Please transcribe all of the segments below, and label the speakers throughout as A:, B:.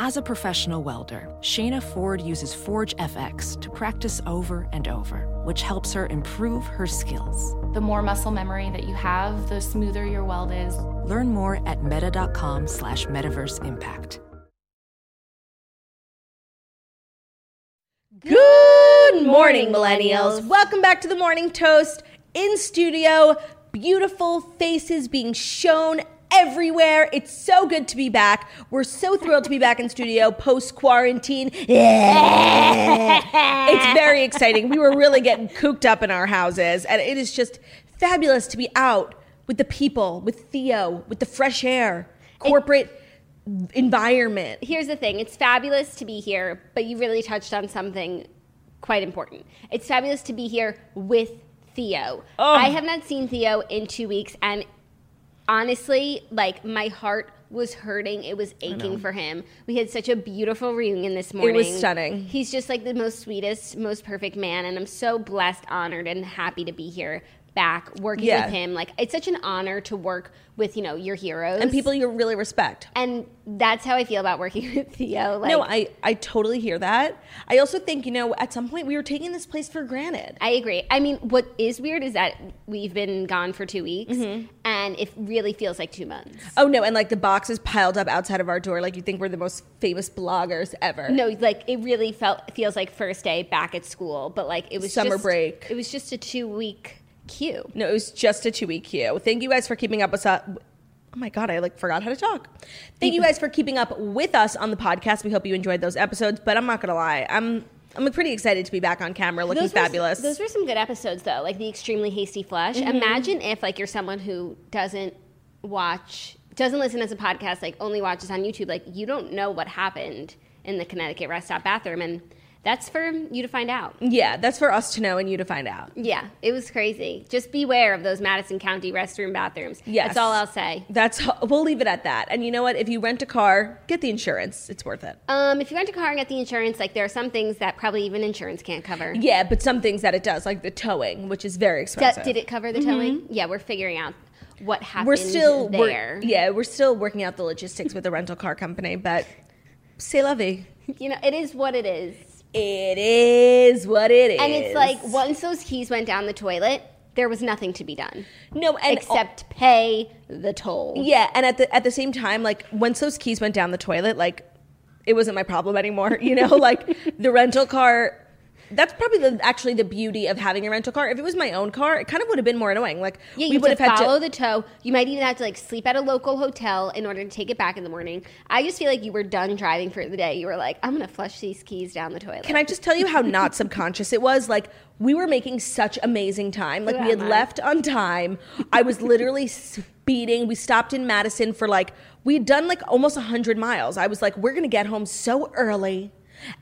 A: As a professional welder, Shayna Ford uses Forge FX to practice over and over, which helps her improve her skills.
B: The more muscle memory that you have, the smoother your weld is.
A: Learn more at meta.com slash metaverse impact.
C: Good morning, millennials. Welcome back to the Morning Toast in studio. Beautiful faces being shown everywhere. It's so good to be back. We're so thrilled to be back in studio post quarantine. It's very exciting. We were really getting cooped up in our houses, and it is just fabulous to be out with the people, with Theo, with the fresh air, corporate environment.
D: Here's the thing it's fabulous to be here, but you really touched on something quite important. It's fabulous to be here with Theo.
C: Oh.
D: I have not seen Theo in two weeks, and honestly, like my heart was hurting. It was aching for him. We had such a beautiful reunion this morning.
C: stunning.
D: He's just like the most sweetest, most perfect man, and I'm so blessed, honored, and happy to be here back working
C: Yeah.
D: with him. Like it's such an honor to work with, you know, your heroes.
C: And people you really respect.
D: and that's how I feel about working with Theo. Like
C: no, I, I totally hear that. I also think, you know, at some point we were taking this place for granted.
D: I agree. I mean, what is weird is that we've been gone for two weeks,
C: Mm-hmm.
D: and it really feels like two months.
C: oh, no, and like the boxes piled up outside of our door, like you think we're the most famous bloggers ever.
D: No, like it really felt feels like first day back at school, but like it was
C: Summer
D: just-
C: break.
D: It was just a two week queue.
C: No, it was just a two week queue. Thank you guys for keeping up with us. Oh my god, I like forgot how to talk. Thank you guys for keeping up with us on the podcast. We hope you enjoyed those episodes. But I'm not gonna lie, I'm I'm pretty excited to be back on camera, looking
D: were-
C: fabulous. Mm-hmm.
D: those were some good episodes though, like the extremely hasty flush. Imagine if like you're someone who doesn't watch, doesn't listen as a podcast, like only watches on YouTube. Like you don't know what happened in the Connecticut rest stop bathroom, and that's for you to find out.
C: yeah, that's for us to know and you to find out.
D: Yeah, it was crazy. Just beware of those Madison County restroom bathrooms.
C: Yes.
D: That's all I'll say.
C: That's we'll leave it at that. And you know what? If you rent a car, get the insurance. It's worth it.
D: Um, if you rent a car and get the insurance, like there are some things that probably even insurance can't cover.
C: Yeah, but some things that it does, like the towing, which is very
D: That-
C: expensive.
D: did it cover the towing? Yeah, we're figuring out what happened.
C: Mm-hmm. We're still we're-
D: there.
C: yeah, we're still working out the logistics with the rental car company, but c'est la vie.
D: You know, it is what it is.
C: It is what it is.
D: And it's like once those keys went down the toilet, there was nothing to be done
C: no, and
D: except pay the toll.
C: yeah, and at the at the same time, like once those keys went down the toilet, like it wasn't my problem anymore. You know, like the rental car. That's probably the, actually the beauty of having a rental car. If it was my own car, it kind of would have been more annoying. Like
D: Yeah, you
C: we would have had
D: follow
C: to.
D: the tow. You might even have to like sleep at a local hotel in order to take it back in the morning. I just feel like you were done driving for the day. You were like, I'm gonna flush these keys down the toilet.
C: Can I just tell you how not subconscious it was? Like we were making such amazing time. Like
D: Who
C: we had
D: am I?
C: left on time. I was literally speeding. We stopped in Madison for like we'd done like almost 100 miles. I was like we're going to get home so early.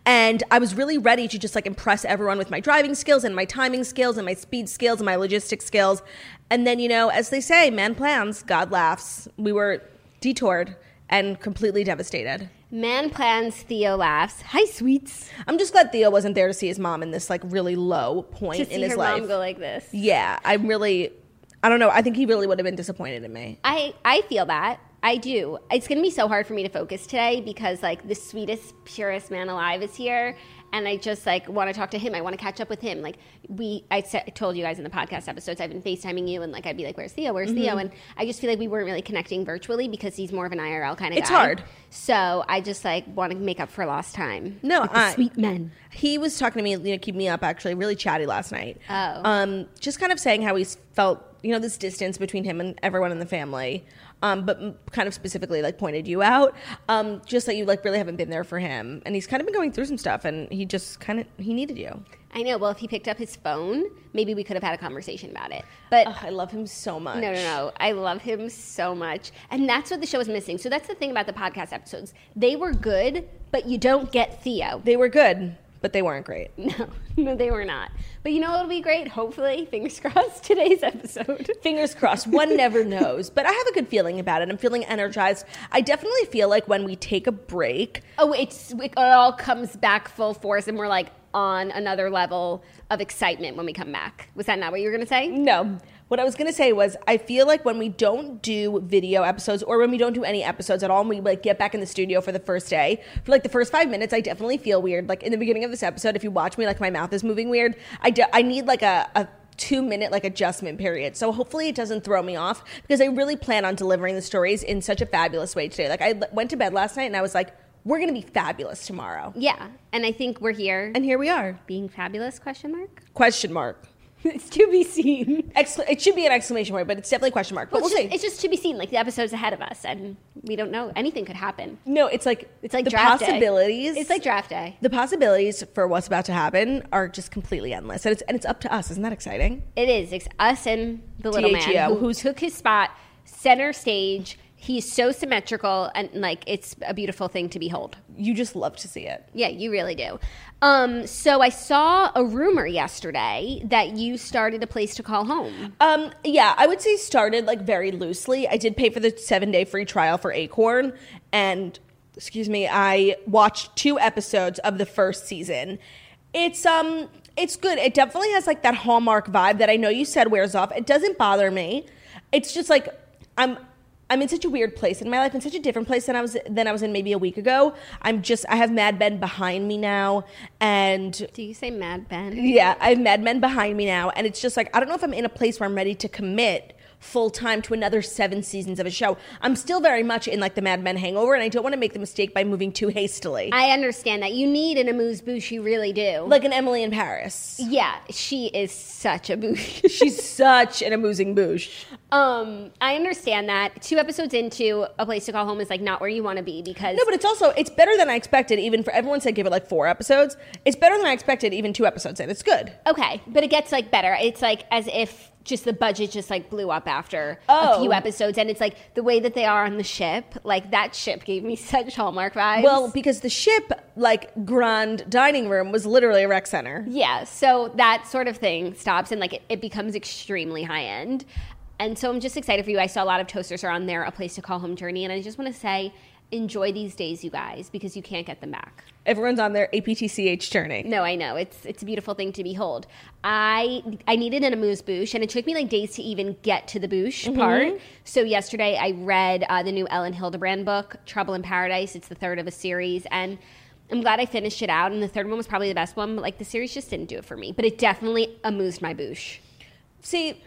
C: And I was really ready to just like impress everyone with my driving skills and my timing skills and my speed skills and my logistics skills. And then, you know, as they say, man plans, God laughs. We were detoured and completely devastated.
D: Man plans, Theo laughs. Hi, sweets.
C: I'm just glad Theo wasn't there to see his mom in this like really low point
D: To see
C: in his
D: her
C: life.
D: mom go like this.
C: yeah, I'm really. I don't know. I think he really would have been disappointed in me.
D: I I feel that. I do. It's going to be so hard for me to focus today because like the sweetest, purest man alive is here and I just like want to talk to him. I want to catch up with him. Like we I sa- told you guys in the podcast episodes I've been FaceTiming you and like I'd be like where's Theo? Where's
C: Mm-hmm.
D: Theo? And I just feel like we weren't really connecting virtually because he's more of an IRL kind of
C: It's
D: guy.
C: hard.
D: So I just like want to make up for lost time.
C: No,
D: with the
C: I-
D: sweet men.
C: He was talking to me, you know, keep me up. Actually, really chatty last night.
D: Oh.
C: um, just kind of saying how he's felt, you know, this distance between him and everyone in the family. Um, but m- kind of specifically, like pointed you out, um, just that you like really haven't been there for him, and he's kind of been going through some stuff, and he he just kind of he needed you.
D: I know. Well, if he picked up his phone, maybe we could have had a conversation about it. But
C: Ugh, I love him so much.
D: No, no, no. I love him so much. And that's what the show was missing. So that's the thing about the podcast episodes. They were good, but you don't get Theo.
C: They were good, but they weren't great.
D: No, no, they were not. But you know it'll be great? Hopefully, fingers crossed, today's episode.
C: Fingers crossed. One never knows, but I have a good feeling about it. I'm feeling energized. I definitely feel like when we take a break,
D: Oh, it's, it all comes back full force, and we're like on another level of excitement when we come back. Was that not what you were going to say?
C: No. What I was gonna say was, I feel like when we don't do video episodes or when we don't do any episodes at all, and we like get back in the studio for the first day, for like the first five minutes, I definitely feel weird. Like in the beginning of this episode, if you watch me, like my mouth is moving weird. I do, I need like a, a two minute like adjustment period. So hopefully it doesn't throw me off because I really plan on delivering the stories in such a fabulous way today. Like I l- went to bed last night and I was like, we're gonna be fabulous tomorrow,
D: Yeah. And I think we're here.
C: and here we are.
D: being fabulous? Question mark.
C: Question mark.
D: It's to be seen.
C: Excla- it should be an exclamation mark, but it's definitely a question mark. But
D: Well,
C: we'll
D: it's,
C: see.
D: just, it's just to be seen. Like the episode's ahead of us, and we don't know anything could happen.
C: No, it's like
D: It's like
C: the
D: draft day.
C: possibilities.
D: It's like draft day.
C: the possibilities for what's about to happen are just completely endless, and it's and it's up to us. Isn't that exciting?
D: It is. It's us and the little man
C: THEO,
D: who
C: who's-
D: took his spot center stage. He's so symmetrical and like it's a beautiful thing to behold.
C: You just love to see it.
D: Yeah, you really do. Um, so I saw a rumor yesterday that you started a place to call home.
C: Um, yeah, I would say started like very loosely. I did pay for the seven day free trial for Acorn, and excuse me, I watched two episodes of the first season. It's um, it's good. It definitely has like that hallmark vibe that I know you said wears off. It doesn't bother me. It's just like I'm. I'm in such a weird place in my life, in such a different place than I was than I was in maybe a week ago. I'm just I have Mad Men behind me now, and
D: Do you say Mad Ben?
C: yeah, I have Mad Men behind me now, and it's just like I don't know if I'm in a place where I'm ready to commit full time to another seven seasons of a show. I'm still very much in like the Mad Men hangover, and I don't want to make the mistake by moving too hastily,
D: I understand that you need an amuse bouche. You really do.
C: like an Emily in Paris.
D: yeah, she is such a bouche.
C: She's such an amusing boosh.
D: Um, I understand that. Two episodes into a place to call home is like not where you want to be because
C: No, but it's also it's better than I expected. Even for everyone said give it like four episodes. It's better than I expected. Even two episodes in, it's good.
D: Okay, but it gets like better. It's like as if just the budget just like blew up after a
C: Oh.
D: few episodes, and it's like the way that they are on the ship, like that ship gave me such Hallmark vibes.
C: Well, because the ship like grand dining room was literally a rec center.
D: yeah, so that sort of thing stops, and like it, it becomes extremely high end. And so I'm just excited for you. I saw a lot of toasters are on there, a place to call home journey, and I just want to say, enjoy these days, you guys, because you can't get them back.
C: Everyone's on their APTCH journey.
D: No, I know. It's it's a beautiful thing to behold. I I needed an amuse bouche, and it took me like days to even get to the bouche part. So yesterday, I read uh, the new Ellen Hildebrand book, Trouble in Paradise. It's the third of a series, and I'm glad I finished it out. And the third one was probably the best one, but like the series just didn't do it for me. But it definitely amused my bouche.
C: see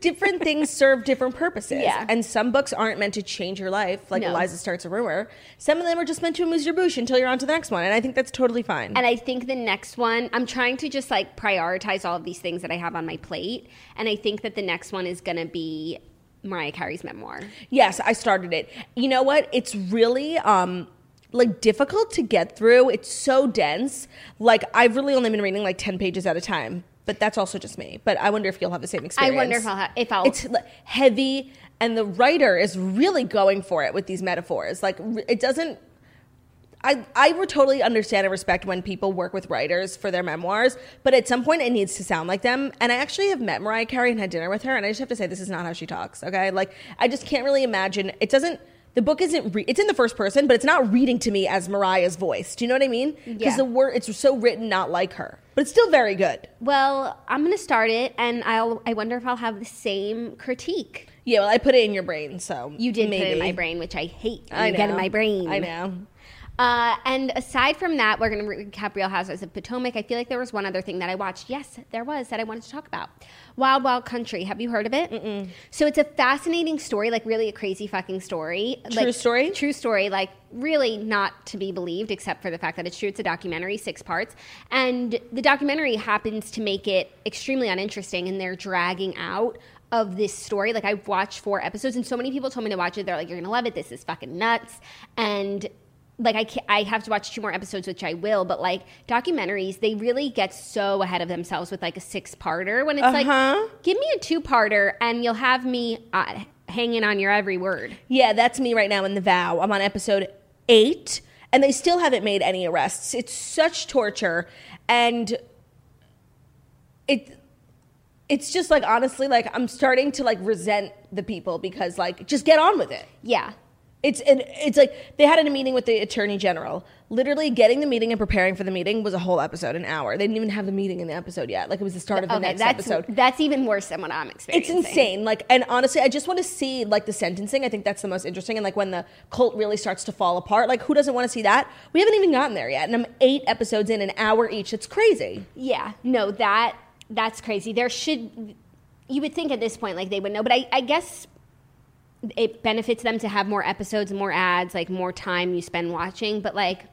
C: different things serve different purposes
D: Yeah.
C: and some books aren't meant to change your life like
D: No.
C: eliza starts a rumor some of them are just meant to amuse your bouche until you're on to the next one and i think that's totally fine
D: And I think the next one, I'm trying to just like prioritize all of these things that I have on my plate, and I think that the next one is gonna be Mariah Carey's memoir.
C: yes i started it you know what it's really um like difficult to get through it's so dense like i've really only been reading like 10 pages at a time but that's also just me but i wonder if you'll have the same
D: I
C: experience
D: wonder if I'll ha- if I'll
C: it's like, heavy and the writer is really going for it with these metaphors like r- it doesn't I, I would totally understand and respect when people work with writers for their memoirs, but at some point it needs to sound like them. And I actually have met Mariah Carey and had dinner with her, and I just have to say this is not how she talks. Okay, like I just can't really imagine. It doesn't. The book isn't. Re- it's in the first person, but it's not reading to me as Mariah's voice. Do you know what I mean? Because
D: Yeah.
C: the word it's so written not like her, but it's still very good.
D: Well, I'm gonna start it, and I'll. I wonder if I'll have the same critique
C: Yeah, well, I put it in your brain, so
D: you did put it in
C: maybe.
D: my brain, which I hate. when
C: I
D: you get in
C: know.
D: my brain.
C: I know.
D: Uh, and aside from that, we're gonna recap Real Housewives of Potomac. I feel like there was one other thing that I watched. Yes, there was that I wanted to talk about. Wild Wild Country. Have you heard of it? Mm-mm. So it's a fascinating story, like really a crazy fucking story.
C: True
D: Like,
C: story?
D: True story. Like really not to be believed, except for the fact that it's true. It's a documentary, six parts, and the documentary happens to make it extremely uninteresting, and they're dragging out. Of this story, like I've watched four episodes, and so many people told me to watch it. They're like, "You're gonna love it. This is fucking nuts," and like I, ca- I have to watch two more episodes which i will but like documentaries they really get so ahead of themselves with like a six-parter when it's like give me a two-parter and you'll have me uh, hanging on your every word
C: Yeah, that's me right now in The Vow. I'm on episode eight, and they still haven't made any arrests. It's such torture, and it it's just like honestly, like I'm starting to like resent the people because like just get on with it.
D: yeah
C: It's and it's like they had a meeting with the attorney general. Literally, getting the meeting and preparing for the meeting was a whole episode, an hour. They didn't even have the meeting in the episode yet. Like it was the start of the next
D: that's
C: episode.
D: that's even worse than what i'm
C: It's
D: experiencing
C: insane. Like, and honestly, I just want to see like the sentencing. I think that's the most interesting. And like when the cult really starts to fall apart, like who doesn't want to see that? We haven't even gotten there yet, and I'm eight episodes in, an hour each. It's crazy.
D: Yeah, no, that that's crazy. There should you would think at this point like they would know, but I, I guess it benefits them to have more episodes, more ads, like more time you spend watching, but like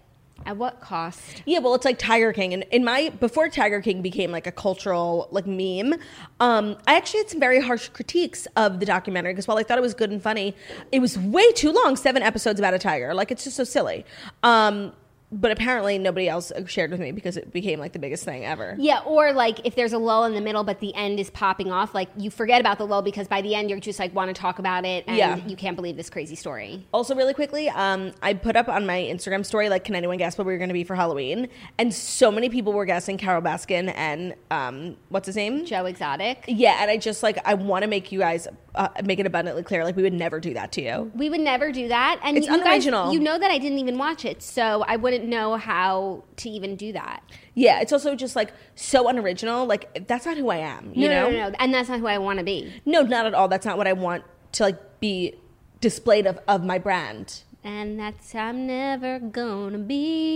D: at what cost?
C: Yeah, well, it's like Tiger King, and in my before Tiger King became like a cultural like meme, um, I actually had some very harsh critiques of the documentary because while I thought it was good and funny, it was way too long. Seven episodes about a tiger, like it's just so silly. Um, but apparently, nobody else shared with me because it became like the biggest thing ever.
D: Yeah, or like if there's a lull in the middle but the end is popping off, like you forget about the lull because by the end you're just like want to talk about it and
C: Yeah.
D: you can't believe this crazy story.
C: Also, really quickly, um, I put up on my Instagram story, like, can anyone guess what we were going to be for Halloween? And so many people were guessing Carol Baskin and um, what's his name?
D: Joe Exotic.
C: yeah, and I just like I want to make you guys uh, make it abundantly clear, like we would never do that to you.
D: We would never do that. And
C: It's
D: you guys-
C: unoriginal.
D: you know that I didn't even watch it, so I wouldn't know how to even do that.
C: Yeah, it's also just like so unoriginal. Like that's not who I am. You
D: no,
C: know?
D: no, no, no, and that's not who I want to be.
C: no, not at all. That's not what I want to like be displayed of of my brand.
D: And that's I'm never gonna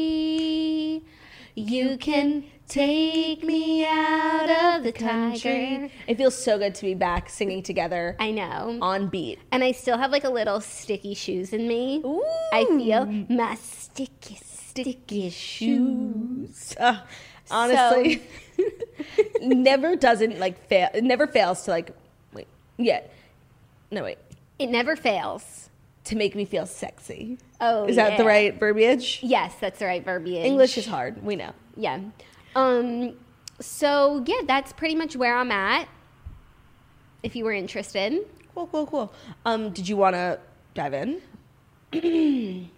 D: be. You can take me out of the tiger.
C: It feels so good to be back singing together
D: I know.
C: on beat.
D: And I still have like a little sticky shoes in me.
C: Ooh.
D: I feel my sticky, sticky shoes.
C: Uh, honestly,
D: So-
C: never doesn't like fail. It never fails to like wait. Yeah, no wait.
D: It never fails.
C: To make me feel sexy.
D: Oh,
C: is that the
D: yeah.
C: right verbiage?
D: Yes, that's the right verbiage.
C: English is hard. We know.
D: Yeah. Um. So yeah, that's pretty much where I'm at. If you were interested.
C: Cool, cool, cool. Um, did you want to dive in?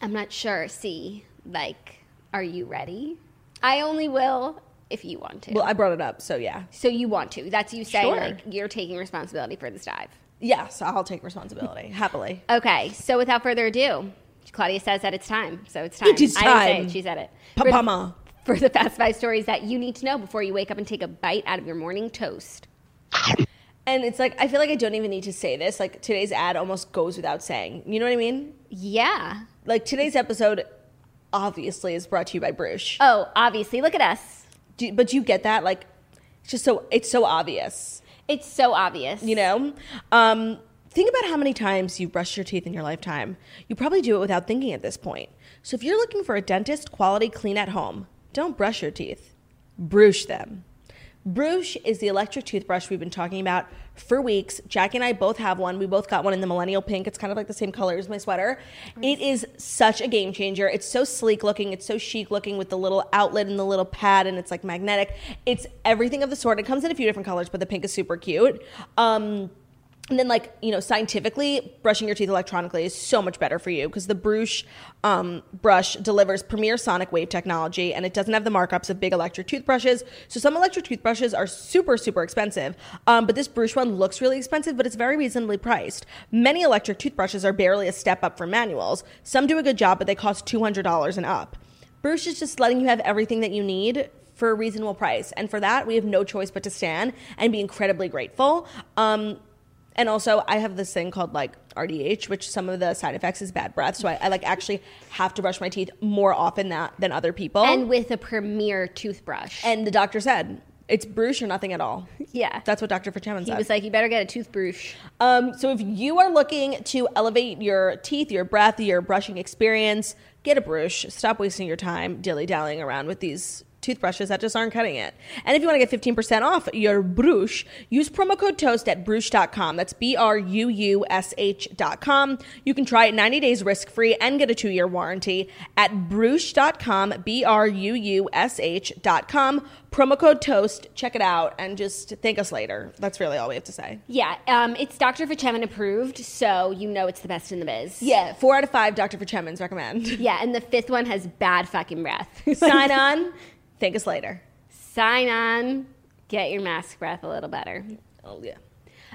D: I'm not sure. See, like, are you ready? I only will if you want to.
C: Well, I brought it up, so yeah.
D: so you want to. That's you saying,
C: Sure.
D: like, you're taking responsibility for this dive.
C: Yes, I'll take responsibility happily.
D: Okay, so without further ado, Claudia says that it's time. So it's time.
C: It is
D: I didn't say
C: time.
D: it, she said it.
C: Pa-
D: For-
C: Pama.
D: For the fast five stories that you need to know before you wake up and take a bite out of your morning toast.
C: And it's like I feel like I don't even need to say this. Like today's ad almost goes without saying. You know what I mean?
D: Yeah.
C: Like today's episode obviously is brought to you by Bruges.
D: Oh, obviously, look at us.
C: Do, but do you get that? Like, it's just so it's so obvious,
D: It's so obvious.
C: you know. Um, think about how many times you brush your teeth in your lifetime. You probably do it without thinking at this point. So if you're looking for a dentist quality clean at home, don't brush your teeth, brush them. Brush is the electric toothbrush we've been talking about for weeks. Jackie and I both have one. We both got one in the millennial pink. It's kind of like the same color as my sweater. It is such a game changer. It's so sleek looking. It's so chic looking with the little outlet and the little pad, and it's like magnetic. It's everything of the sort. It comes in a few different colors, but the pink is super cute. Um, and then like you know scientifically brushing your teeth electronically is so much better for you because the brush um, brush delivers premier sonic wave technology and it doesn't have the markups of big electric toothbrushes so some electric toothbrushes are super super expensive um, but this brush one looks really expensive but it's very reasonably priced many electric toothbrushes are barely a step up from manuals some do a good job but they cost $200 and up Bruce is just letting you have everything that you need for a reasonable price. And for that, we have no choice but to stand and be incredibly grateful. Um, and also, I have this thing called like RDH, which some of the side effects is bad breath. So I, I like actually have to brush my teeth more often that, than other people.
D: And with a premier toothbrush.
C: And the doctor said, it's Bruce or nothing at all.
D: yeah.
C: That's what Dr. Fitzgerald
D: he
C: said.
D: was like, you better get a toothbrush.
C: Um, so if you are looking to elevate your teeth, your breath, your brushing experience, get a brush. Stop wasting your time dilly dallying around with these toothbrushes that just aren't cutting it. And if you want to get 15% off your brush, use promo code TOAST at brush.com. That's B R U U S H.com. You can try it 90 days risk free and get a two year warranty at brush.com, B R U U S H.com. Promo code TOAST. Check it out and just thank us later. That's really all we have to say.
D: Yeah, um, it's Dr. Fichemin approved, so you know it's the best in the biz.
C: Yeah, four out of five Dr. Fichemans recommend.
D: Yeah, and the fifth one has bad fucking breath.
C: Sign on. Thank us later.
D: Sign on, get your mask breath a little better.
C: Oh, yeah.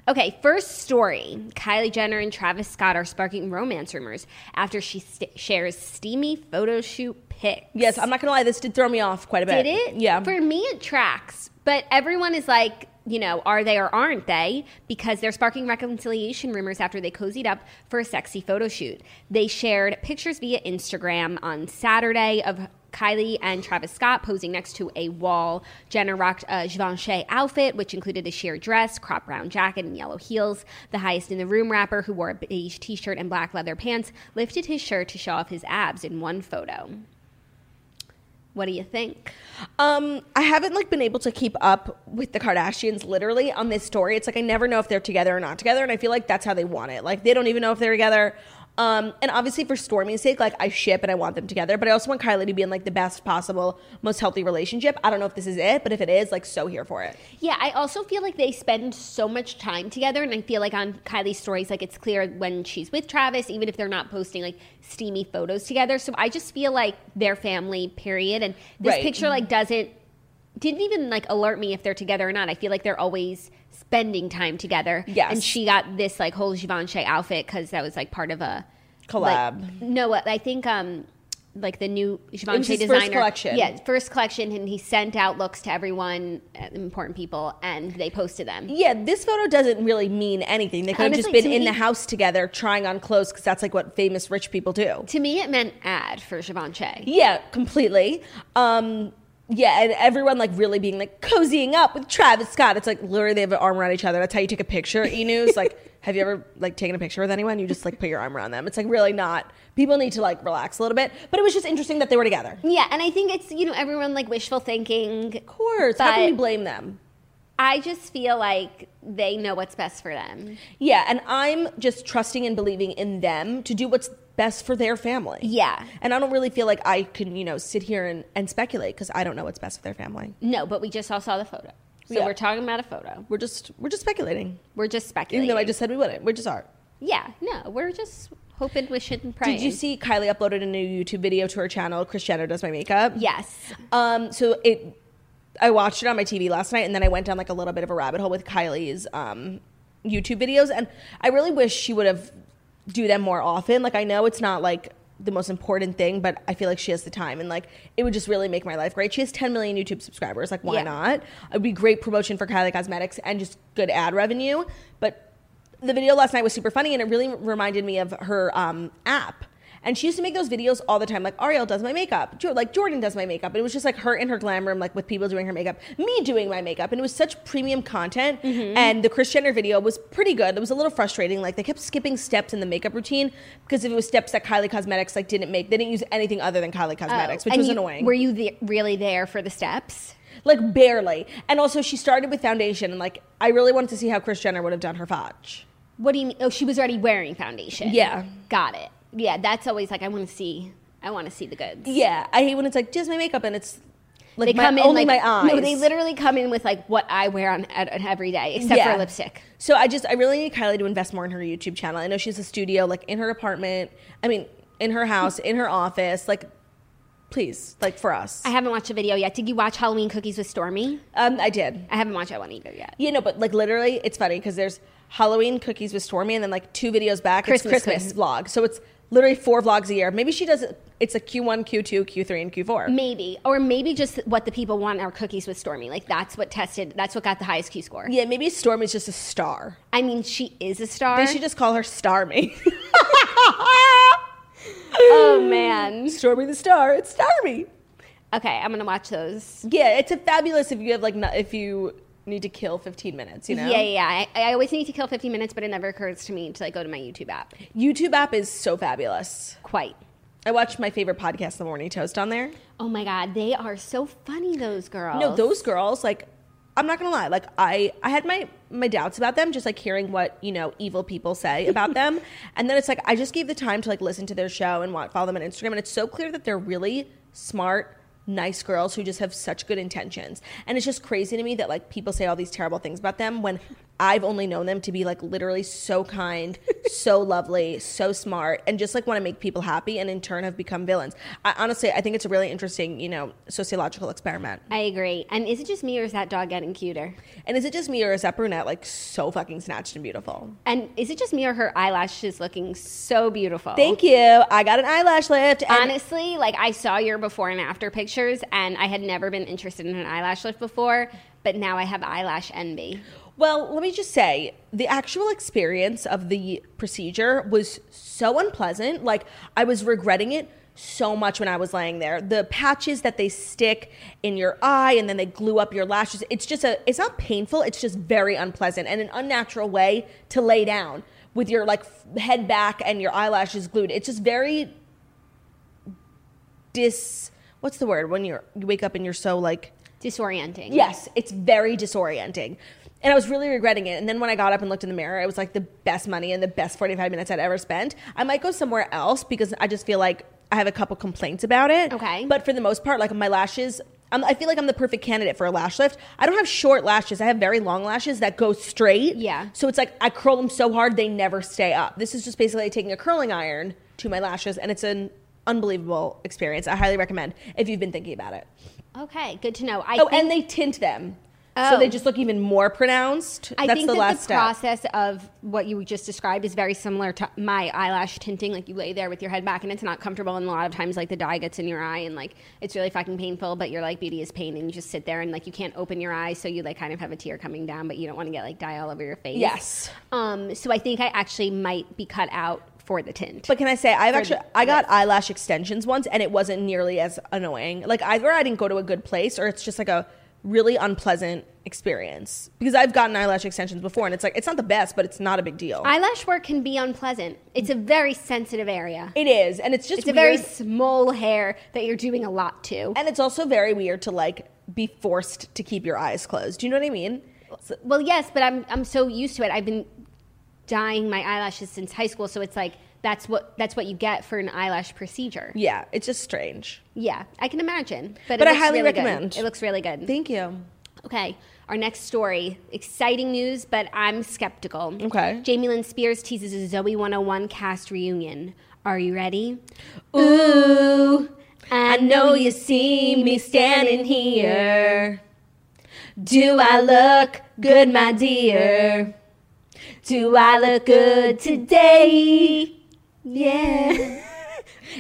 D: Okay, first story. Kylie Jenner and Travis Scott are sparking romance rumors after she st- shares steamy photo shoot pics.
C: Yes, I'm not gonna lie. This did throw me off quite a bit.
D: Did it?
C: Yeah.
D: For me, it tracks. But everyone is like, you know, are they or aren't they? Because they're sparking reconciliation rumors after they cozied up for a sexy photo shoot. They shared pictures via Instagram on Saturday of Kylie and Travis Scott posing next to a wall. Jenner rocked a Givenchy outfit, which included a sheer dress, crop brown jacket, and yellow heels. The highest in the room rapper, who wore a beige t shirt and black leather pants, lifted his shirt to show off his abs in one photo. What do you think?
C: Um, I haven't like been able to keep up with the Kardashians literally on this story. It's like I never know if they're together or not together, and I feel like that's how they want it. Like they don't even know if they're together. Um, and obviously for Stormy's sake, like I ship and I want them together, but I also want Kylie to be in like the best possible, most healthy relationship. I don't know if this is it, but if it is, like so here for it.
D: Yeah, I also feel like they spend so much time together, and I feel like on Kylie's stories, like it's clear when she's with Travis, even if they're not posting like steamy photos together. So I just feel like their family, period. And this
C: Right.
D: picture like doesn't didn't even like alert me if they're together or not. I feel like they're always spending time together.
C: Yes.
D: and she got this like whole Givenchy outfit because that was like part of a
C: Collab.
D: like- no, uh, I think um, like the new Givenchy
C: his first
D: designer
C: collection.
D: Yeah, first collection, and he sent out looks to everyone, uh, important people, and they posted them.
C: yeah, this photo doesn't really mean anything. They could have just
D: Honestly,
C: been
D: to
C: in
D: me-
C: the house together trying on clothes because that's like what famous rich people do.
D: To me, it meant ad for Givenchy.
C: Yeah, completely. Um, yeah, and everyone like really being like cozying up with Travis Scott. It's like literally they have an arm around each other. That's how you take a picture. E News, like, have you ever like taken a picture with anyone? You just like put your arm around them. It's like really not. People need to like relax a little bit. But it was just interesting that they were together. Of
D: Yeah, and I think it's you know everyone like wishful thinking. Of
C: course, how can we blame them?
D: I just feel like they know what's best for them.
C: Yeah, and I'm just trusting and believing in them to do what's best for their family.
D: Yeah.
C: and I don't really feel like I can you know sit here and, and speculate because I don't know what's best for their family.
D: No, but we just all saw the photo, so
C: Yeah.
D: we're talking about a photo.
C: We're just we're just speculating.
D: We're just
C: Even
D: speculating.
C: though I just said we wouldn't, we just are.
D: yeah, no, we're just hoping, wishing, and praying.
C: Did you see Kylie uploaded a new YouTube video to her channel? Kris Jenner does my makeup.
D: Yes.
C: Um. So it, I watched it on my TV last night, and then I went down like a little bit of a rabbit hole with Kylie's um, YouTube videos, and I really wish she would have do them more often. Like I know it's not like the most important thing, but I feel like she has the time, and like it would just really make my life great. She has 10 million YouTube subscribers. Like why
D: Yeah.
C: not? It'd be great promotion for Kylie Cosmetics and just good ad revenue, but the video last night was super funny and it really reminded me of her um, app. And she used to make those videos all the time, like Ariel does my makeup, jo- like Jordan does my makeup. And it was just like her in her glam room, like with people doing her makeup, me doing my makeup. And it was such premium content.
D: Mm-hmm.
C: And the Kris Jenner video was pretty good. It was a little frustrating, like they kept skipping steps in the makeup routine because if it was steps that Kylie Cosmetics like didn't make, they didn't use anything other than Kylie Cosmetics, which
D: Uh, Oh, And
C: was
D: you-
C: annoying
D: Were you the, really there for the steps?
C: like barely. And also, she started with foundation, and like I really wanted to see how Kris Jenner would have done her fudge.
D: What do you mean? Oh, she was already wearing foundation.
C: Yeah.
D: got it. Yeah, that's always like I want to see. I want to see the goods.
C: Yeah, I hate when it's like just my makeup and it's like
D: They
C: my,
D: come in
C: only
D: like,
C: my eyes.
D: No, they literally come in with like what I wear on, at, on every day, except
C: Yeah.
D: for lipstick.
C: So I just I really need Kylie to invest more in her YouTube channel. I know she's a studio, like in her apartment. I mean, in her house, in her office. Like, please, like for us.
D: I haven't watched a video yet. Did you watch Halloween Cookies with Stormy?
C: um, I did.
D: I haven't watched that one either yet.
C: You know, but like literally, it's funny because there's Halloween cookies with Stormy, and then like two videos back,
D: Christmas
C: it's Christmas vlog. So it's literally four vlogs a year. Maybe she does it. It's a Q1, Q2, Q3, and Q4.
D: Maybe, or maybe just what the people want are cookies with Stormy. Like that's what tested. That's what got the highest Q score.
C: yeah, maybe Stormy's just a star.
D: I mean, she is a star.
C: They should just call her Starmy.
D: oh man.
C: Stormy the Star. It's Starmy.
D: Okay, I'm gonna watch those.
C: Yeah, it's a fabulous if you have like no- if you need to kill 15 minutes, you know.
D: Yeah, yeah. yeah. I, I always need to kill 50 minutes, but it never occurs to me to like go to my YouTube app.
C: YouTube app is so fabulous.
D: Quite.
C: I watched my favorite podcast, The Morning Toast, on there.
D: Oh my god, they are so funny. Those girls.
C: No, those girls, like, I'm not gonna lie, like I, I had my my doubts about them, just like hearing what you know evil people say about them, and then it's like I just gave the time to like listen to their show and wa- follow them on Instagram, and it's so clear that they're really smart, nice girls who just have such good intentions, and it's just crazy to me that like people say all these terrible things about them when I've only known them to be like literally so kind, so lovely, so smart, and just like want to make people happy, and in turn have become villains. I, honestly, I think it's a really interesting you know sociological experiment.
D: I agree. And is it just me or is that dog getting cuter?
C: And is it just me or is that brunette like so fucking snatched and beautiful?
D: And is it just me or her eyelashes looking so beautiful?
C: Thank you. I got an eyelash lift. And
D: Honestly, like I saw your before and after pictures, and I had never been interested in an eyelash lift before, but now I have eyelash envy.
C: well, let me just say the actual experience of the procedure was so unpleasant. Like I was regretting it so much when I was laying there. The patches that they stick in your eye and then they glue up your lashes. It's just a it's not painful, it's just very unpleasant and an unnatural way to lay down with your like f- head back and your eyelashes glued. It's just very dis what's the word when you're you wake up and you're so like
D: Disorienting.
C: yes it's very disorienting and i was really regretting it and then when i got up and looked in the mirror it was like the best money and the best 45 minutes i'd ever spent i might go somewhere else because i just feel like i have a couple complaints about it
D: Okay.
C: but for the most part like my lashes I'm, i feel like i'm the perfect candidate for a lash lift i don't have short lashes i have very long lashes that go straight
D: Yeah.
C: so it's like i curl them so hard they never stay up this is just basically taking a curling iron to my lashes and it's an unbelievable experience i highly recommend if you've been thinking about it
D: Okay, good to know. I
C: oh,
D: think,
C: and they tint them.
D: Oh.
C: So they just look even more pronounced.
D: I
C: That's
D: think
C: the
D: that
C: last
D: the
C: step.
D: process of what you just described is very similar to my eyelash tinting. Like you lay there with your head back and it's not comfortable, and a lot of times like the dye gets in your eye and like it's really fucking painful. But you're like beauty is pain, and you just sit there and like you can't open your eyes, so you like kind of have a tear coming down, but you don't want to get like dye all over your face.
C: Yes.
D: Um. So I think I actually might be cut out for the tint.
C: But can I say I've
D: For-
C: actually I got eyelash extensions once and it wasn't nearly as annoying. Like either I didn't go to a good place or it's just like a really unpleasant experience. Because I've gotten eyelash extensions before and it's like it's not the best, but it's not a big deal.
D: eyelash work can be unpleasant. It's a very sensitive area.
C: it is. And it's just
D: It's a very
C: weird.
D: small hair that you're doing a lot to.
C: and it's also very weird to like be forced to keep your eyes closed. Do you know what I mean? So-
D: Well, yes, but I'm I'm so used to it. I've been dyeing my eyelashes since high school, so it's like that's what that's what you get for an eyelash procedure.
C: yeah, it's just strange.
D: Yeah, I can imagine. But, it
C: But I
D: looks
C: highly
D: really good.
C: recommend.
D: It looks really good.
C: Thank you.
D: Okay, our next story. Exciting news, but I'm skeptical.
C: Okay.
D: Jamie Lynn Spears teases a Zoe 101 cast reunion. Are you ready? Ooh, I know you see me standing here. Do I look good, my dear? Do I look good today? Yeah.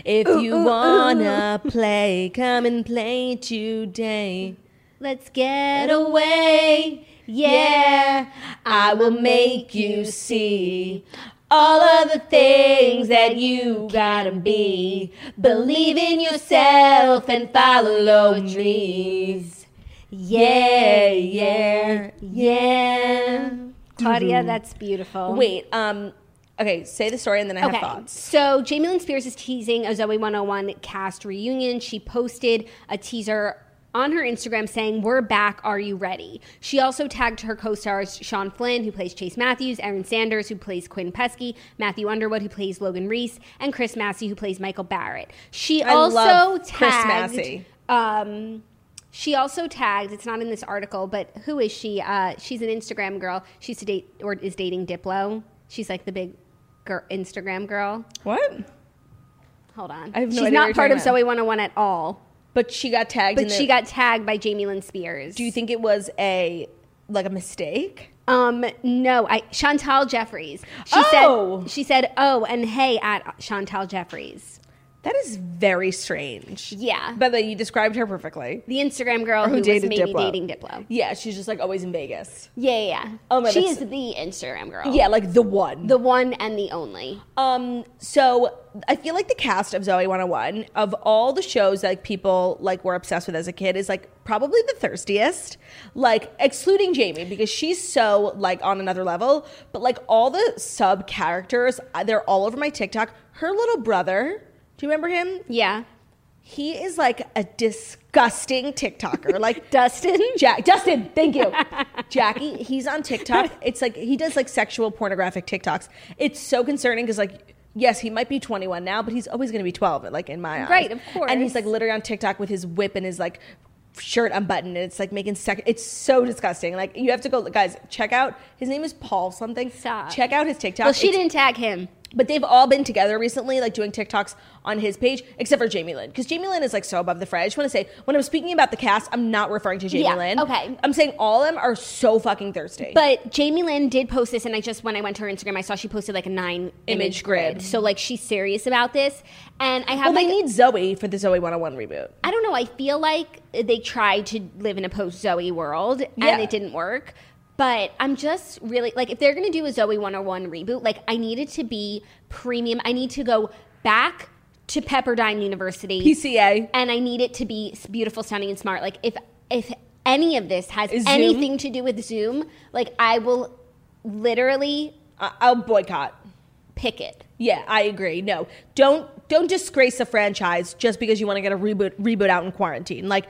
C: If you wanna play, come and play today.
D: Let's get away. Yeah.
C: I will make you see all of the things that you gotta be. Believe in yourself and follow your dreams. Yeah, yeah, yeah.
D: Claudia, that's beautiful.
C: Wait, um, okay, say the story and then I have thoughts.
D: So Jamie Lynn Spears is teasing a Zoe 101 cast reunion. She posted a teaser on her Instagram saying, We're back, are you ready? She also tagged her co stars Sean Flynn, who plays Chase Matthews, Erin Sanders, who plays Quinn Pesky, Matthew Underwood, who plays Logan Reese, and Chris Massey, who plays Michael Barrett. She
C: I
D: also
C: love
D: tagged.
C: Chris Massey.
D: Um, she also tagged. It's not in this article, but who is she? Uh, she's an Instagram girl. She used to date or is dating Diplo. She's like the big girl, Instagram girl.
C: What?
D: Hold on,
C: I have no
D: she's
C: idea what
D: not
C: you're
D: part of
C: talking about.
D: Zoe 101 at all.
C: But she got tagged.
D: But
C: in
D: she
C: it.
D: got tagged by Jamie Lynn Spears.
C: Do you think it was a like a mistake?
D: Um, no, I Chantal Jeffries. She
C: Oh!
D: said she said, "Oh, and hey at Chantal Jeffries."
C: That is very strange.
D: Yeah.
C: By the way, you described her perfectly.
D: The Instagram girl
C: Who
D: who, was
C: Oh, dated
D: maybe
C: Diplo.
D: dating Diplo.
C: Yeah, she's just like always in Vegas.
D: Yeah, yeah. yeah.
C: Oh my-
D: she
C: that's-
D: is the Instagram girl.
C: Oh. Yeah, like the one.
D: the one and the only.
C: um, so I feel like the cast of Zoe 101 of all the shows that like, people like were obsessed with as a kid is like probably the thirstiest. Like excluding Jamie because she's so like on another level. But like all the sub characters, they're all over my TikTok. Her little brother Do you remember him?
D: Yeah.
C: He is like a disgusting TikToker. Like
D: Dustin?
C: Jack Justin, thank you. Jackie, he's on TikTok. It's like he does like sexual pornographic TikToks. It's so concerning because like yes, he might be 21 now, but he's always going to be 12 like in my eyes.
D: Right, of course.
C: And he's like literally on TikTok with his whip and his like shirt unbuttoned and it's like making sec it's so disgusting. Like you have to go guys, check out his name is Paul something.
D: Stop.
C: Check out his TikTok.
D: Well, she
C: It's-
D: didn't tag him.
C: but they've all been together recently, like doing TikToks on his page, except for Jamie Lynn. Because Jamie Lynn is like so above the fray. I just want to say, when I'm speaking about the cast, I'm not referring to Jamie
D: Yeah,
C: Lynn.
D: okay.
C: I'm saying all of them are so fucking thirsty.
D: But Jamie Lynn did post this, and I just when I went to her Instagram, I saw she posted like a nine
C: Image
D: image,
C: grid.
D: grid. So like she's serious about this, and I
C: well,
D: have
C: they
D: like
C: need Zoe for the Zoe 101 reboot.
D: I don't know. I feel like they tried to live in a post Zoe world and
C: Yeah.
D: it didn't work. But I'm just really like, if they're going to do a Zoe 101 reboot, like, I need it to be premium. I need to go back to Pepperdine University.
C: PCA.
D: And I need it to be s- beautiful, stunning, and smart. Like, if, if any of this has
C: Zoom?
D: anything to do with Zoom, like, I will literally
C: I- I'll boycott.
D: pick it.
C: Yeah, I agree. No, don't don't disgrace the franchise just because you want to get a reboot reboot out in quarantine. Like,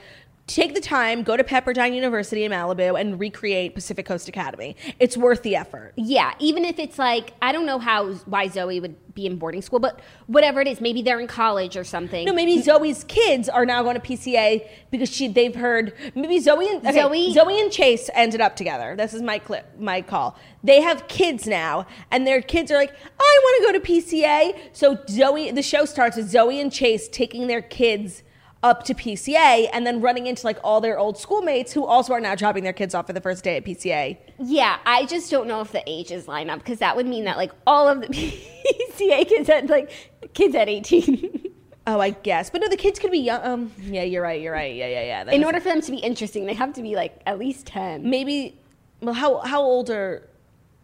C: take the time, go to Pepperdine University in Malibu, and recreate Pacific Coast Academy. It's worth the effort.
D: Yeah, even if it's like I don't know how why Zoe would be in boarding school, but whatever it is, maybe they're in college or something.
C: No, maybe Zoe's kids are now going to PCA because she they've heard maybe Zoe and okay, Zoe
D: Zoe-
C: Zoe and Chase ended up together. This is my clip, my call. They have kids now, and their kids are like, I want to go to PCA. So Zoe, the show starts with Zoe and Chase taking their kids up to PCA, and then running into like all their old schoolmates who also are now dropping their kids off for the first day at PCA.
D: Yeah, I just don't know if the ages line up because that would mean that like all of the PCA kids at like kids at eighteen.
C: Oh, I guess, but no, the kids could be young. Um, yeah, you're right. You're right. Yeah, yeah, yeah. That
D: in
C: is-
D: order for them to be interesting, they have to be like at least ten.
C: maybe, well, how how old are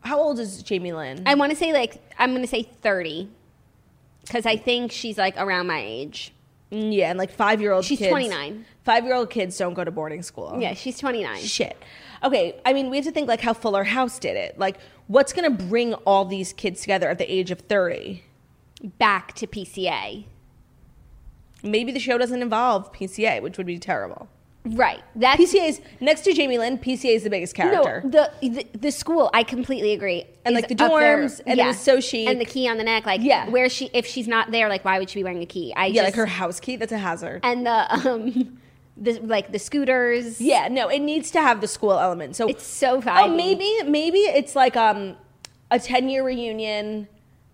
C: how old is Jamie Lynn?
D: I want to say like I'm going to say thirty because I think she's like around my age.
C: Mm, Yeah, and like five year old.
D: She's 29.
C: Five year old kids don't go to boarding school.
D: Yeah, she's twenty nine.
C: Shit. Okay, I mean, we have to think like how Fuller House did it. Like, what's gonna bring all these kids together at the age of thirty?
D: Back to PCA.
C: Maybe the show doesn't involve PCA, which would be terrible.
D: Right. That's
C: PCA is next to Jamie Lynn. PCA is the biggest character.
D: No, the, the the school. I completely agree.
C: And,
D: is
C: like, the
D: up
C: dorms and the associate-
D: and the key on the neck. Like
C: Yeah.
D: where she if she's not there, like why would she be wearing a key? I
C: yeah,
D: just,
C: like her house key. That's a hazard.
D: and the um the like the scooters.
C: yeah, no, it needs to have the school element. So
D: it's so
C: oh,
D: valuable.
C: maybe maybe it's like um a ten year reunion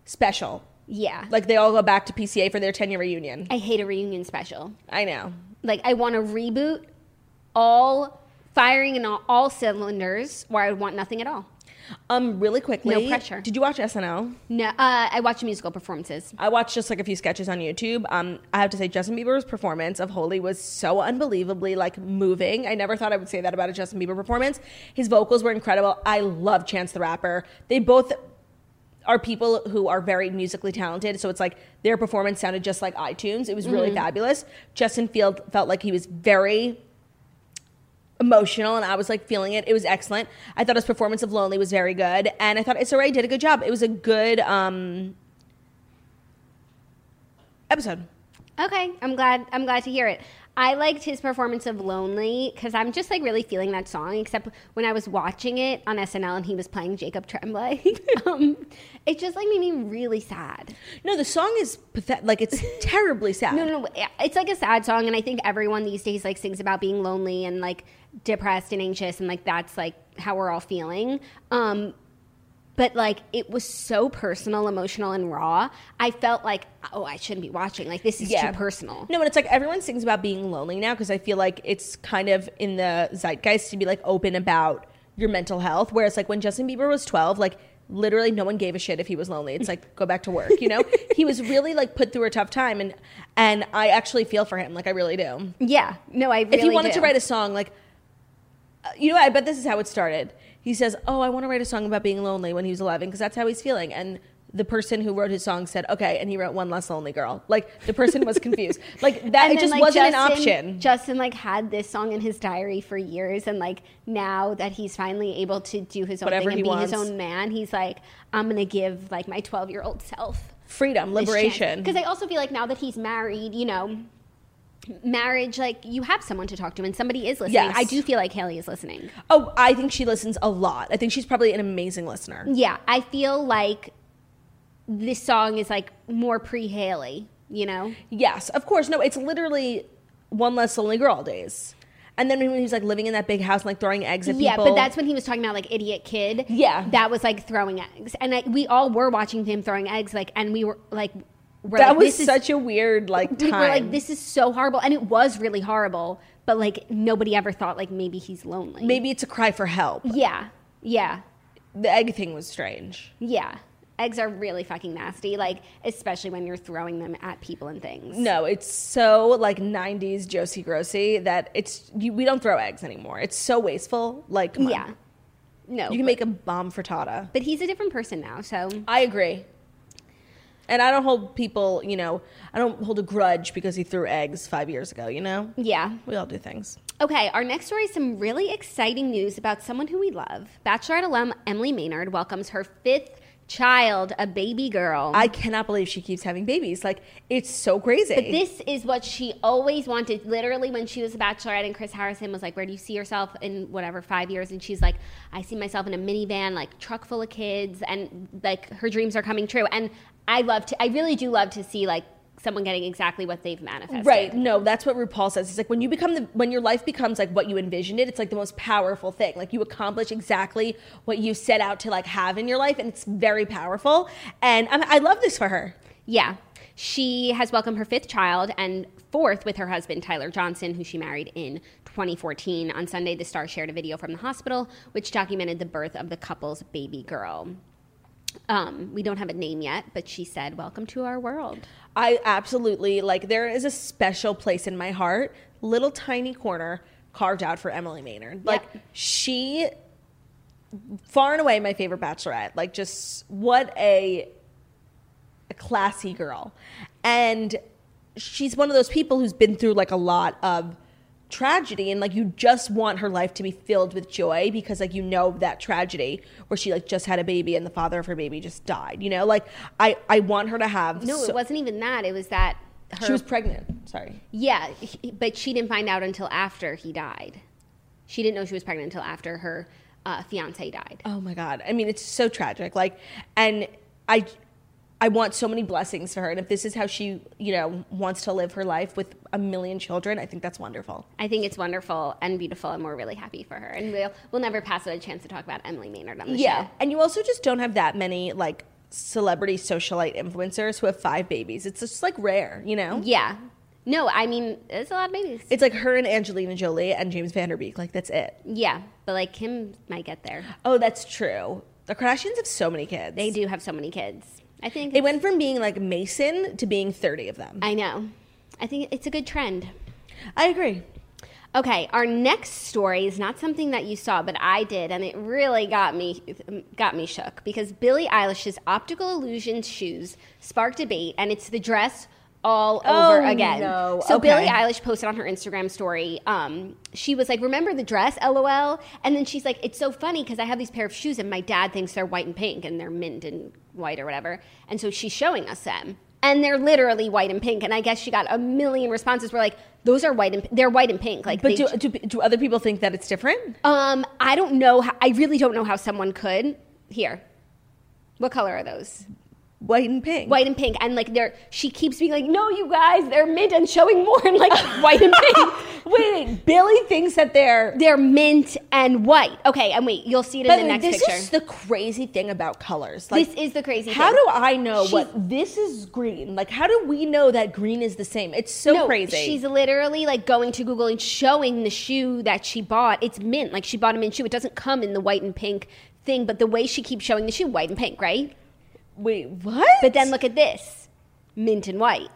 C: special.
D: yeah.
C: Like they all go back to PCA for their ten year reunion.
D: I hate a reunion special.
C: I know.
D: Like I want a reboot, all firing in all, all cylinders, where I would want nothing at all.
C: Um, really quickly.
D: No pressure.
C: Did you watch SNL?
D: No, uh, I watch musical performances.
C: I watched just like a few sketches on YouTube. Um, I have to say Justin Bieber's performance of Holy was so unbelievably like moving. I never thought I would say that about a Justin Bieber performance. His vocals were incredible. I love Chance the Rapper. They both are people who are very musically talented. So it's like their performance sounded just like iTunes. It was really fabulous. Justin Field felt like he was very emotional and I was like feeling it. It was excellent. I thought his performance of Lonely was very good. And I thought Issa Rae did a good job. It was a good um episode.
D: Okay, I'm glad. I'm glad to hear it. I liked his performance of "Lonely" because I'm just like really feeling that song. Except when I was watching it on SNL and he was playing Jacob Tremblay, um, it just like made me really sad.
C: No, the song is pathetic. Like it's terribly sad.
D: No, no, no, it's like a sad song, and I think everyone these days like sings about being lonely and like depressed and anxious, and like that's like how we're all feeling. Um, but like it was so personal, emotional, and raw. I felt like, oh, I shouldn't be watching. Like this is too personal.
C: No, and it's like everyone sings about being lonely now because I feel like it's kind of in the zeitgeist to be like open about your mental health. Whereas like when Justin Bieber was 12, like literally no one gave a shit if he was lonely. It's like go back to work, you know? he was really like put through a tough time and and I actually feel for him. Like I really do.
D: Yeah, no, I. Really
C: if you wanted to
D: do.
C: write a song like uh, you know i bet this is how it started he says oh i want to write a song about being lonely when he was 11 because that's how he's feeling and the person who wrote his song said okay and he wrote one less lonely girl like the person was confused like that
D: And
C: it
D: then,
C: just
D: like,
C: wasn't
D: Justin-
C: an option
D: Justin like had this song in his diary for years, and like now that he's finally able to do his own
C: Whatever he
D: thing and be
C: wants.
D: his own man, he's like, I'm gonna give like my 12 year old self
C: freedom, liberation.
D: Because I also feel like now that he's married, you know, marriage, like you have someone to talk to and somebody is listening.
C: Yes.
D: I do feel like Haley is listening.
C: Oh, I think she listens a lot. I think she's probably an amazing listener.
D: Yeah, I feel like this song is like more pre Haley, you know?
C: Yes, of course. No, it's literally one less lonely girl days. And then when he was like living in that big house and like throwing eggs at
D: Yeah,
C: people.
D: but that's when he was talking about like idiot kid.
C: Yeah.
D: That was like throwing eggs. And I, we all were watching him throwing eggs, like, and we were like, we're
C: that
D: like,
C: was
D: this is-
C: such a weird like time.
D: we were like, this is so horrible. And it was really horrible, but like nobody ever thought like maybe he's lonely.
C: Maybe it's a cry for help.
D: Yeah. Yeah.
C: The egg thing was strange.
D: Yeah. Eggs are really fucking nasty, like, especially when you're throwing them at people and things.
C: No, it's so like '90s Josie Grossi that it's you, we don't throw eggs anymore. It's so wasteful. Like, come on.
D: Yeah. No.
C: you can make a bomb frittata.
D: But he's a different person now, so
C: I agree. And I don't hold people, you know, I don't hold a grudge because he threw eggs five years ago. You know,
D: yeah.
C: we all do things.
D: Okay, our next story is some really exciting news about someone who we love. Bachelorette alum Emily Maynard welcomes her fifth child, a baby girl.
C: I cannot believe she keeps having babies. Like it's so crazy.
D: But this is what she always wanted. Literally, when she was a bachelorette, and Chris Harrison was like, "Where do you see yourself in whatever five years?" and she's like, "I see myself in a minivan, like truck full of kids, and like her dreams are coming true." And I love to, I really do love to see like someone getting exactly what they've manifested.
C: Right. No, that's what RuPaul says. He's like when you become the when your life becomes like what you envisioned it, it's like the most powerful thing. Like you accomplish exactly what you set out to like have in your life, and it's very powerful. And I, I love this for her.
D: Yeah. She has welcomed her fifth child and fourth with her husband, Tyler Johnson, who she married in 2014. On Sunday, the star shared a video from the hospital, which documented the birth of the couple's baby girl. Um, we don't have a name yet, but she said, Welcome to our world.
C: I absolutely like. There is a special place in my heart, little tiny corner carved out for Emily Maynard. Like she, far and away, my favorite Bachelorette. Like just what a, a classy girl, and she's one of those people who's been through like a lot of tragedy and like you just want her life to be filled with joy because like you know that tragedy where she like just had a baby and the father of her baby just died you know like i i want her to have
D: No,
C: so-
D: it wasn't even that. It was that her.
C: she was pregnant. Sorry.
D: yeah, he- but she didn't find out until after he died. She didn't know she was pregnant until after her uh, fiance died.
C: Oh my god. I mean, it's so tragic. Like, and I, I want so many blessings for her. And if this is how she, you know, wants to live her life with a million children, I think that's wonderful.
D: I think it's wonderful and beautiful, and we're really happy for her. And we'll, we'll never pass up a chance to talk about Emily Maynard on the show.
C: And you also just don't have that many like celebrity socialite influencers who have five babies. It's just like rare, you know.
D: Yeah. No, I mean, there's a lot of babies.
C: It's like her and Angelina Jolie and James Vanderbeek. Like that's it.
D: yeah, but like Kim might get there.
C: Oh, that's true. The Kardashians have so many kids.
D: They do have so many kids. I think
C: It
D: it's-
C: went from being like Mason to being thirty of them.
D: I know. I think it's a good trend.
C: I agree.
D: Okay, our next story is not something that you saw, but I did, and it really got me got me shook because Billie Eilish's optical illusions shoes sparked debate, and it's the dress all
C: Oh,
D: over again.
C: no.
D: So
C: Okay.
D: Billie Eilish posted on her Instagram story. Um, she was like, "Remember the dress? LOL." And then she's like, "It's so funny because I have these pair of shoes, and my dad thinks they're white and pink, and they're mint and white or whatever." And so she's showing us them. And they're literally white and pink, and I guess she got a million responses. Were like, "Those are white and they're white and pink." Like,
C: But
D: they
C: do, do do other people think that it's different?
D: um, I don't know. How, I really don't know how someone could. Here, what color are those?
C: White and pink.
D: White and pink. And like, they're she keeps being like, "No, you guys, they're mint and showing more." And like, white and pink.
C: Wait, Billy thinks that they're.
D: They're mint and white. Okay, and wait, you'll see it in
C: By
D: the
C: the way,
D: next
C: this
D: picture.
C: is the crazy thing about colors. Like,
D: This is the crazy
C: How
D: thing.
C: do I know
D: She's-
C: what this is green? Like, how do we know that green is the same? It's so
D: No,
C: crazy.
D: She's literally like going to Google and showing the shoe that she bought. It's mint. Like she bought a mint shoe. It doesn't come in the white and pink thing, but the way she keeps showing the shoe, white and pink, right?
C: Wait, what?
D: But then look at this, mint and white.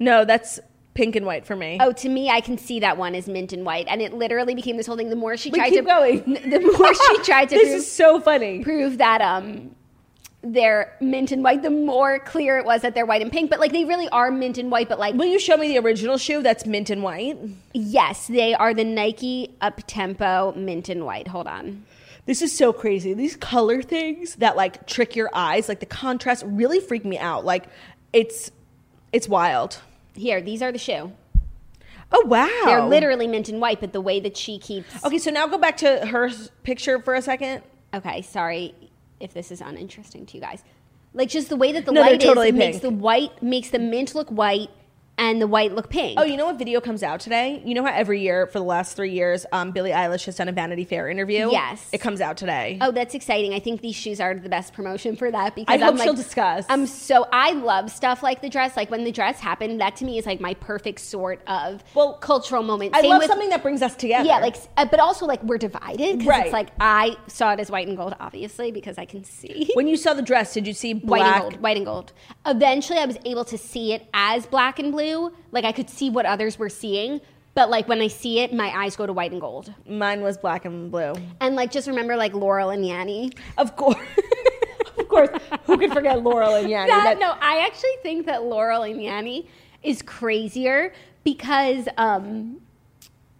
C: no, that's pink and white for me.
D: Oh, to me, I can see that one is mint and white, and it literally became this whole thing. The more she
C: We
D: tried
C: keep
D: to
C: going.
D: the more she tried to
C: this
D: prove,
C: is so funny.
D: prove that um, they're mint and white, the more clear it was that they're white and pink. But like they really are mint and white. But like
C: Will you show me the original shoe that's mint and white?
D: yes, they are the Nike Up Tempo mint and white. Hold on.
C: This is so crazy. These color things that like trick your eyes, like the contrast really freak me out. Like It's it's wild.
D: Here, these are the shoe.
C: Oh wow.
D: They're literally mint and white, but the way that she keeps.
C: Okay, so now go back to her s- picture for a second.
D: Okay, sorry if this is uninteresting to you guys. Like just the way that the
C: No, they're
D: light
C: totally
D: is makes
C: pink.
D: the white makes the mint look white and the white look pink.
C: Oh, you know what video comes out today? You know how every year for the last three years, um, Billie Eilish has done a Vanity Fair interview.
D: Yes.
C: it comes out today.
D: Oh, that's exciting. I think these shoes are the best promotion for that because
C: I hope
D: am like,
C: she'll discuss.
D: I'm so I love stuff like the dress. Like when the dress happened, that to me is like my perfect sort of
C: Well,
D: cultural moment.
C: I
D: Same
C: love
D: with-
C: something that brings us together.
D: Yeah, like, uh, but also like we're divided because
C: Right.
D: it's like I saw it as white and gold, obviously, because I can see
C: when you saw the dress, did you see
D: white
C: black?
D: and gold, white and gold. Eventually, I was able to see it as black and blue. Like I could see what others were seeing, but like when I see it, my eyes go to white and gold.
C: Mine was black and blue.
D: And like just remember like Laurel and Yanni.
C: Of course, of course. Who could forget Laurel and Yanni?
D: that,
C: That-
D: no, I actually think that Laurel and Yanni is crazier because um,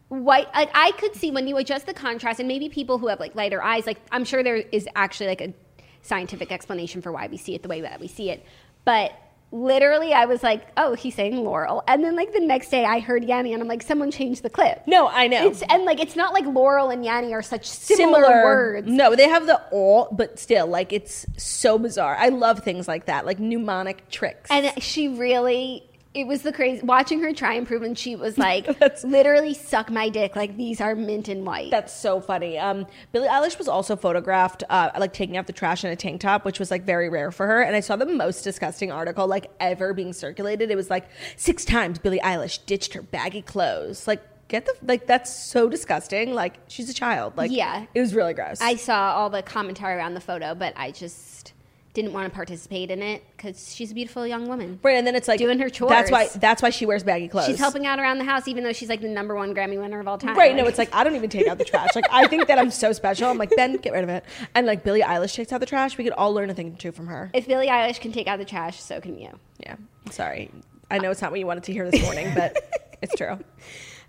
D: white. Like I could see when you adjust the contrast, and maybe people who have like lighter eyes, like I'm sure there is actually like a scientific explanation for why we see it the way that we see it. But literally, I was like, oh, he's saying Laurel, and then like the next day, I heard Yanni, and I'm like, someone changed the clip.
C: No, I know.
D: It's, and like it's not like Laurel and Yanni are such similar, words.
C: No, they have the all, but still, like it's so bizarre. I love things like that, like mnemonic tricks.
D: And she really, it was the crazy watching her try and prove, and she was like,
C: That's-
D: literally suck my dick. Like these are mint and white.
C: That's so funny. Um, Billie Eilish was also photographed uh, like taking out the trash in a tank top, which was like very rare for her. And I saw the most disgusting article like ever being circulated. It was like six times Billie Eilish ditched her baggy clothes. Like get the like that's so disgusting. Like she's a child. Like
D: Yeah.
C: it was really gross.
D: I saw all the commentary around the photo, but I just didn't want to participate in it because she's a beautiful young woman.
C: right, and then it's like
D: Doing her chores.
C: That's why that's why she wears baggy clothes.
D: She's helping out around the house, even though she's like the number one Grammy winner of all time.
C: Right, no, it's like I don't even take out the trash. Like I think that I'm so special. I'm like Ben, get rid of it. And like Billie Eilish takes out the trash. We could all learn a thing or two from her.
D: if Billie Eilish can take out the trash, so can you.
C: Yeah, sorry. I know it's not what you wanted to hear this morning, but it's true.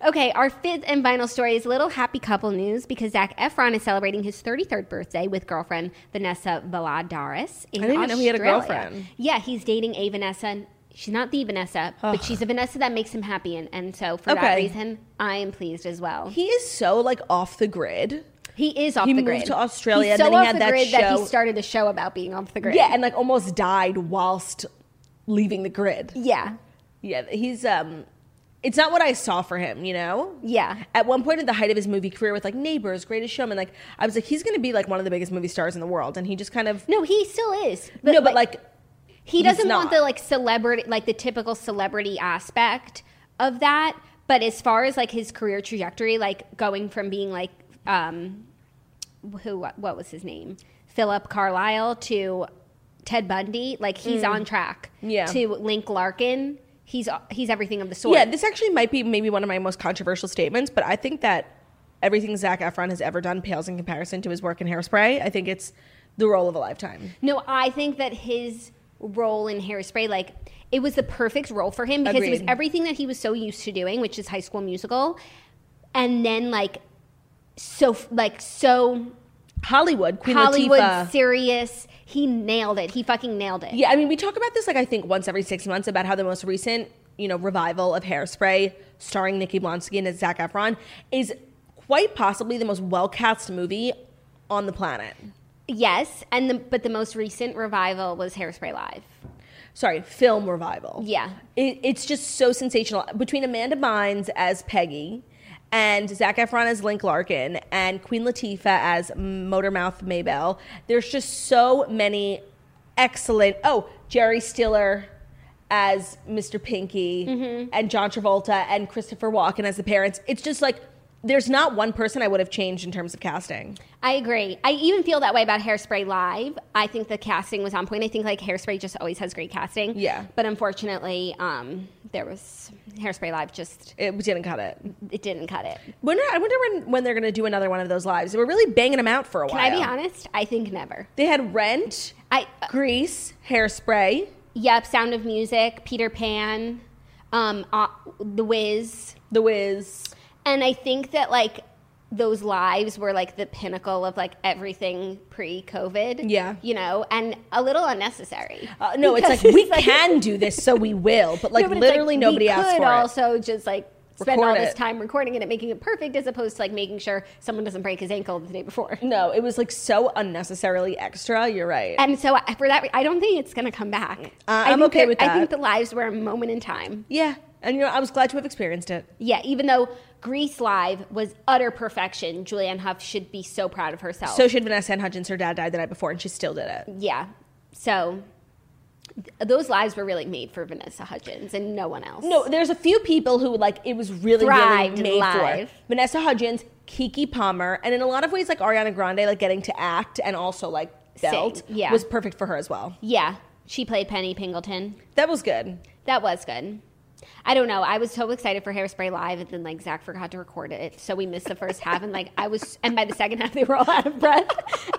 D: Okay, our fifth and final story is a little happy couple news because Zach Efron is celebrating his 33rd birthday with girlfriend Vanessa Valadares. In
C: I didn't even know he had a
D: Australia.
C: girlfriend.
D: Yeah, he's dating a Vanessa. and She's not the Vanessa, but she's a Vanessa that makes him happy. And, and so for that
C: Okay.
D: reason, I am pleased as well. He,
C: He is so like off the grid.
D: is off
C: he
D: the
C: moved
D: grid.
C: to Australia,
D: He's
C: and
D: so
C: then he
D: off
C: had
D: the
C: that
D: grid that
C: show-
D: he started a show about being off the grid.
C: Yeah, and like almost died whilst leaving the grid.
D: yeah,
C: Yeah, he's um it's not what I saw for him, you know?
D: yeah.
C: At one point at the height of his movie career with like Neighbors, Greatest Showman, like I was like he's going to be like one of the biggest movie stars in the world and he just kind of
D: No, he still is.
C: No, but like
D: he doesn't
C: not.
D: want the like celebrity like the typical celebrity aspect of that but as far as like his career trajectory like going from being like um who what was his name philip carlisle to ted bundy like he's on track
C: Mm. Yeah.
D: to link larkin he's he's everything of the sort
C: yeah, this actually might be maybe one of my most controversial statements, but I think that everything Zach Efron has ever done pales in comparison to his work in Hairspray. I think it's the role of a lifetime.
D: No, I think that his role in Hairspray, like, it was the perfect role for him because it was
C: Agreed.
D: everything that he was so used to doing, which is High School Musical, and then like so like so
C: Hollywood, Queen
D: Hollywood
C: Latifah.
D: serious. He nailed it. He fucking nailed it.
C: Yeah, I mean, we talk about this like I think once every six months about how the most recent, you know, revival of Hairspray, starring Nikki Blonsky and Zach Efron, is quite possibly the most well cast movie on the planet.
D: Yes, and the, but the most recent revival was Hairspray Live.
C: Sorry, film revival.
D: Yeah.
C: it, it's just so sensational between Amanda Bynes as Peggy. And Zach Efron as Link Larkin and Queen Latifah as Motormouth Maybell. There's just so many excellent. Oh, Jerry Stiller as Mr. Pinky
D: Mm-hmm.
C: and John Travolta and Christopher Walken as the parents. It's just like there's not one person I would have changed in terms of casting.
D: I agree. I even feel that way about Hairspray Live. I think the casting was on point. I think like Hairspray just always has great casting.
C: Yeah.
D: But unfortunately, um, there was Hairspray Live just
C: It didn't cut it.
D: it didn't cut it.
C: Wonder, I wonder when, when they're going to do another one of those lives. They were really banging them out for a
D: Can
C: while.
D: I be honest? I think never.
C: They had Rent.
D: I uh,
C: Grease, hairspray.
D: yep. Sound of Music, Peter Pan, um, uh, The Wiz,
C: The Wiz.
D: and I think that like those lives were like the pinnacle of like everything pre-COVID.
C: Yeah.
D: you know, and a little unnecessary.
C: Uh, no, it's like
D: Because
C: we
D: it's like-
C: can do this, so we will. But like
D: No, but it's
C: literally,
D: we
C: nobody asked
D: could
C: for it.
D: also just like spend
C: Record
D: all this
C: it.
D: time recording it and making it perfect, as opposed to like making sure someone doesn't break his ankle the day before.
C: No, it was like so unnecessarily extra. You're right.
D: And so I- for that, re- I don't think it's going to come back. I
C: Uh, I'm
D: think
C: okay
D: that-
C: with
D: I think
C: that.
D: the lives were a moment in time.
C: yeah, and you know, I was glad to have experienced it.
D: Yeah, even though Grease Live was utter perfection, Julianne Hough should be so proud of herself.
C: So she had Vanessa and Hudgens. Her dad died the night before, and she still did it.
D: yeah, so th- those lives were really made for Vanessa Hudgens and no one else.
C: No, there's a few people who like it was really
D: Thrived
C: really made
D: live.
C: for Vanessa Hudgens, Kiki Palmer, and in a lot of ways like Ariana Grande, like getting to act and also like
D: Sing,
C: belt
D: yeah.
C: was perfect for her as well.
D: Yeah, she played Penny Pingleton.
C: That was good.
D: That was good. I don't know. I was so excited for Hairspray Live, and then like Zach forgot to record it, so we missed the first half. And like I was, and by the second half, they were all out of breath.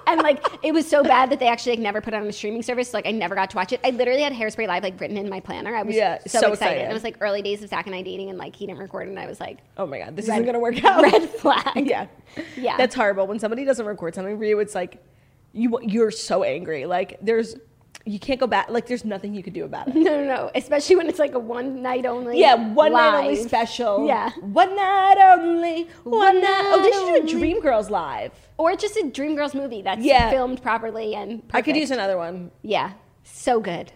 D: And like it was so bad that they actually like never put it on a streaming service. So, like I never got to watch it. I literally had Hairspray Live like written in my planner. I was
C: Yeah,
D: so,
C: so
D: excited.
C: excited.
D: It was like early days of Zach and I dating, and like he didn't record, it, and I was like,
C: Oh my god, this
D: red-
C: isn't gonna work out.
D: Red flag.
C: Oh. yeah,
D: Yeah.
C: That's horrible. When somebody doesn't record something for you, it's like you you're so angry. Like there's you can't go back. Like there's nothing you could do about it.
D: No, no, no. Especially when it's like a one night only.
C: Yeah, one night only
D: live.
C: special.
D: Yeah.
C: one night only. One, night. Oh, they should do a
D: only.
C: Dreamgirls live.
D: Or just a Dreamgirls movie that's
C: Yeah.
D: filmed properly and perfect.
C: I could use another one.
D: Yeah, so good.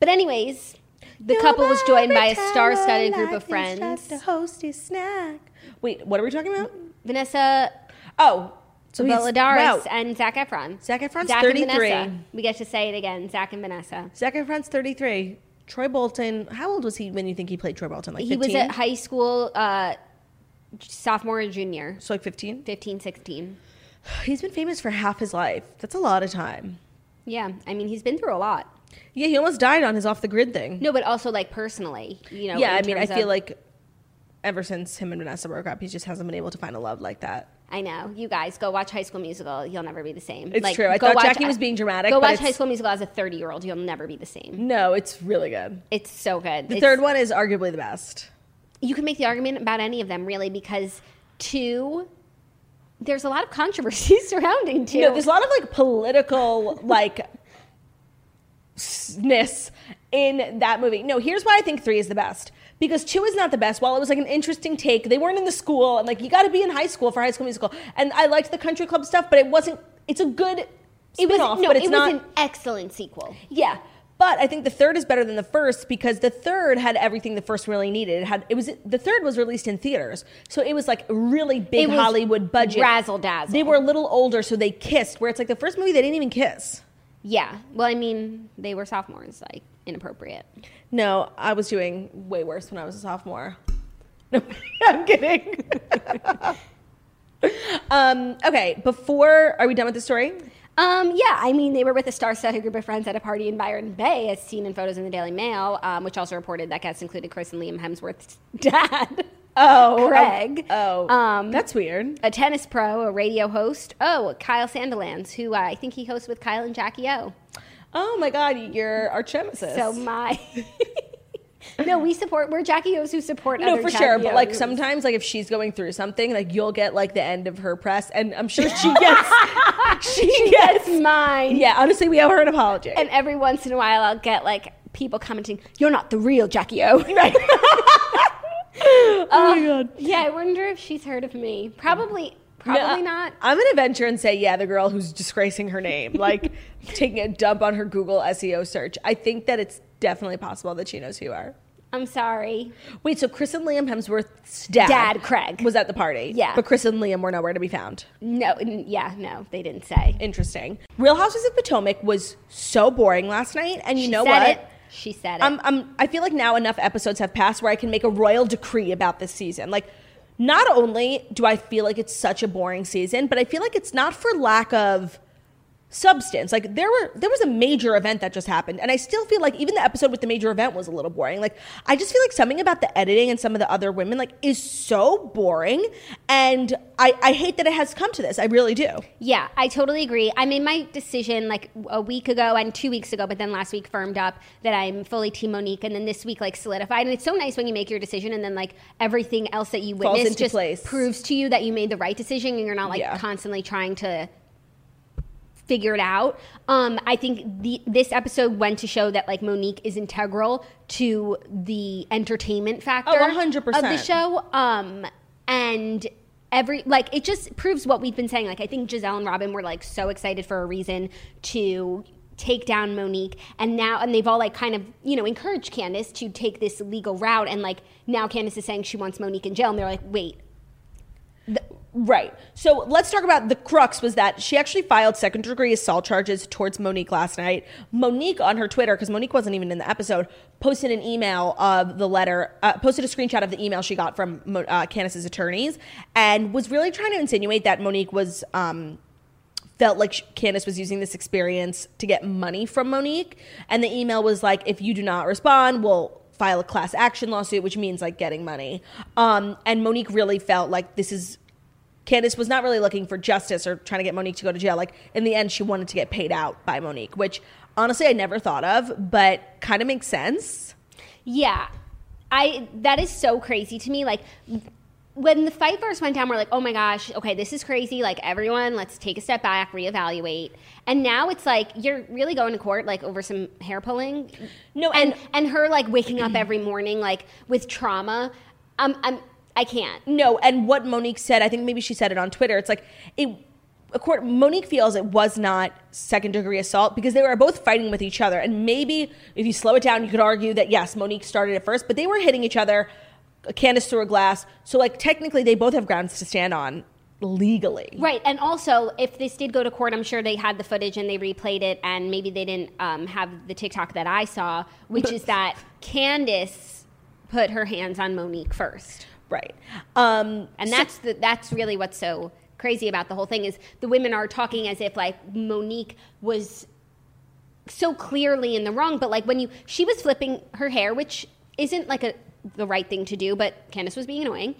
D: But anyways, the couple was joined by a star-studded group of friends. Mm-hmm.
C: Wait, what are we talking about?
D: Vanessa
C: Oh, so he's-
D: Valladaris
C: wow.
D: and Zach Efron.
C: Zac Efron's
D: Zac
C: 33.
D: And Vanessa. We get to say it again, Zach and Vanessa.
C: Zac Efron's 33. Troy Bolton, how old was he when you think he played Troy Bolton? Like
D: He
C: 15?
D: was at high school, uh, sophomore or junior,
C: so like 15?
D: 15, 16.
C: He's been famous for half his life. That's a lot of time.
D: Yeah, I mean, he's been through a lot.
C: Yeah, he almost died on his off the grid thing.
D: No, but also like personally, you know.
C: yeah, I
D: in
C: mean, I
D: terms
C: feel
D: of-
C: like ever since him and Vanessa broke up, he just hasn't been able to find a love like that.
D: I know. You guys go watch High School Musical. You'll never be the same.
C: It's true. I thought Jackie was being dramatic,
D: Go
C: but
D: watch
C: it's-
D: High School Musical as a thirty-year-old. You'll never be the same.
C: No, it's really good.
D: It's so good.
C: The third one is arguably the best.
D: You can make the argument about any of them, really, because two. There's a lot of controversy surrounding two.
C: No, there's a lot of like political like ness in that movie. No, here's why I think three is the best. Because two is not the best. While it was like an interesting take, they weren't in the school and like you got to be in high school for High School Musical. And I liked the country club stuff, but it wasn't. It's a good
D: it was
C: spin off,
D: no,
C: but it's
D: it
C: not.
D: was an excellent sequel.
C: yeah. But I think the third is better than the first because the third had everything the first really needed. It had it was the third was released in theaters, so it was like really big
D: It was
C: Hollywood budget
D: razzle dazzle.
C: They were a little older, so they kissed. Where it's like the first movie they didn't even kiss.
D: Yeah. Well, I mean, they were sophomores, like inappropriate.
C: No, I was doing way worse when I was a sophomore. No, I'm kidding. um, okay, before are we done with the story?
D: Um, yeah, I mean, they were with a star-studded group of friends at a party in Byron Bay, as seen in photos in the Daily Mail, um, which also reported that guests included Chris and Liam Hemsworth's dad,
C: Oh,
D: Craig,
C: Oh,
D: Um,
C: that's weird.
D: a tennis pro, a radio host. Oh, Kyle Sandilands, who uh, I think he hosts with Kyle and Jackie O.
C: Oh my God, you're our nemesis.
D: So my, no, we support. We're Jackie O's who support.
C: no,
D: other
C: for
D: Jackie
C: sure. But like
D: O's.
C: sometimes, like if she's going through something, like you'll get like the end of her press, and I'm sure she gets. she, gets.
D: it's mine.
C: Yeah, honestly, we owe her an apology.
D: And every once in a while, I'll get like people commenting, "You're not the real Jackie O." Right.
C: oh my God.
D: yeah, I wonder if she's heard of me. Probably. Probably
C: No, I-
D: not.
C: I'm gonna venture and say, yeah, the girl who's disgracing her name, like taking a dump on her Google SEO search. I think that it's definitely possible that she knows who you are.
D: I'm sorry.
C: Wait, so Chris and Liam Hemsworth's dad,
D: Dad, Craig.
C: was at the party.
D: Yeah.
C: but Chris and Liam were nowhere to be found.
D: No, n- yeah, no, they didn't say.
C: Interesting. Real Houses of Potomac was so boring last night, and you
D: she
C: know
D: said
C: what?
D: It. She said it.
C: I'm, I'm, Um, I feel like now enough episodes have passed where I can make a royal decree about this season. Like, not only do I feel like it's such a boring season, but I feel like it's not for lack of substance. Like there were there was a major event that just happened, and I still feel like even the episode with the major event was a little boring. Like I just feel like something about the editing and some of the other women like is so boring, and I I hate that it has come to this. I really do.
D: Yeah, I totally agree. I made my decision like a week ago and two weeks ago, but then last week firmed up that I'm fully Team Monique, and then this week like solidified. And it's so nice when you make your decision, and then like everything else that you
C: Falls
D: witness
C: into
D: just
C: place.
D: proves to you that you made the right decision, and you're not like
C: Yeah.
D: constantly trying to figure it out. Um, I think the, this episode went to show that like Monique is integral to the entertainment factor
C: Oh, 100%.
D: of the show. Um, and every like it just proves what we've been saying. Like I think Giselle and Robin were like so excited for a reason to take down Monique and now and they've all like kind of, you know, encouraged Candace to take this legal route and like now Candace is saying she wants Monique in jail and they're like, wait,
C: Right. So let's talk about the crux was that she actually filed second degree assault charges towards Monique last night. Monique on her Twitter, because Monique wasn't even in the episode, posted an email of the letter, uh, posted a screenshot of the email she got from Mo- uh, Candace's attorneys, and was really trying to insinuate that Monique was um, felt like sh- Candace was using this experience to get money from Monique. And the email was like, if you do not respond, we'll file a class action lawsuit, which means like getting money. Um, and Monique really felt like this is. Candace was not really looking for justice or trying to get Monique to go to jail. Like, in the end, she wanted to get paid out by Monique, which honestly I never thought of, but kind of makes sense.
D: Yeah. I that is so crazy to me. Like when the fight first went down, we're like, oh my gosh, okay, this is crazy. Like everyone, let's take a step back, reevaluate. And now it's like you're really going to court like over some hair pulling.
C: No,
D: and
C: and-
D: and her like waking up every morning like with trauma. Um, I'm I can't.
C: No, and what Monique said, I think maybe she said it on Twitter. It's like it. Accord, Monique feels it was not second degree assault because they were both fighting with each other, and maybe if you slow it down, you could argue that yes, Monique started it first, but they were hitting each other. Candace through a glass, so like technically they both have grounds to stand on legally.
D: Right, and also if this did go to court, I'm sure they had the footage and they replayed it, and maybe they didn't um, have the TikTok that I saw, which is that Candace put her hands on Monique first.
C: Right. Um,
D: and that's the, that's really what's so crazy about the whole thing is the women are talking as if like Monique was so clearly in the wrong, but like when you she was flipping her hair, which isn't like a the right thing to do, but Candace was being annoying.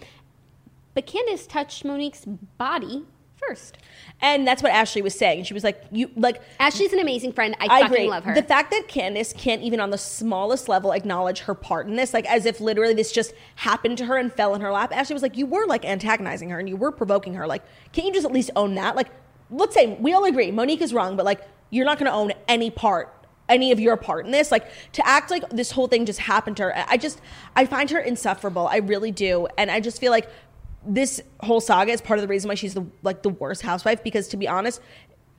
D: But Candace touched Monique's body first.
C: and that's what Ashley was saying. She was like, "You like
D: Ashley's an amazing friend. I,
C: I
D: fucking
C: agree.
D: love her.
C: The fact that Candace can't even on the smallest level acknowledge her part in this, like as if literally this just happened to her and fell in her lap. Ashley was like, You were like antagonizing her and you were provoking her. Like, can't you just at least own that? Like, let's say we all agree Monique is wrong, but like, you're not going to own any part. Any of your part in this, like to act like this whole thing just happened to her. I- I just, I find her insufferable. I really do, and I just feel like this whole saga is part of the reason why she's the like the worst housewife. Because to be honest,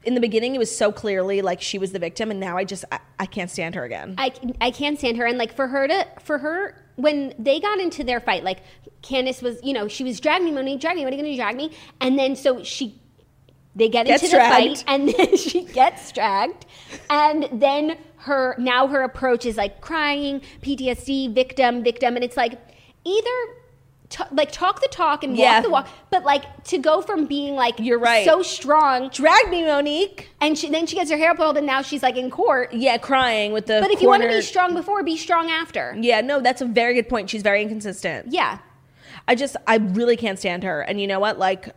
C: in the beginning it was so clearly like she was the victim and now i just i, I can't stand her again
D: I, I can stand her and like for her to for her when they got into their fight like Candace was you know she was drag me Monique drag me what are you gonna do, drag me and then so she they get
C: Gets
D: into
C: dragged.
D: the fight and then she gets dragged and then her now her approach is like crying PTSD victim victim and it's like either t- like talk the talk and walk
C: Yeah.
D: the walk but like to go from being like
C: You're right.
D: so strong
C: drag me monique
D: and she, then she gets her hair pulled and now she's like in court
C: yeah crying with the
D: but if you want to be
C: cornered-
D: strong before be strong after
C: yeah no that's a very good point she's very inconsistent
D: Yeah.
C: I just I really can't stand her. And you know what? Like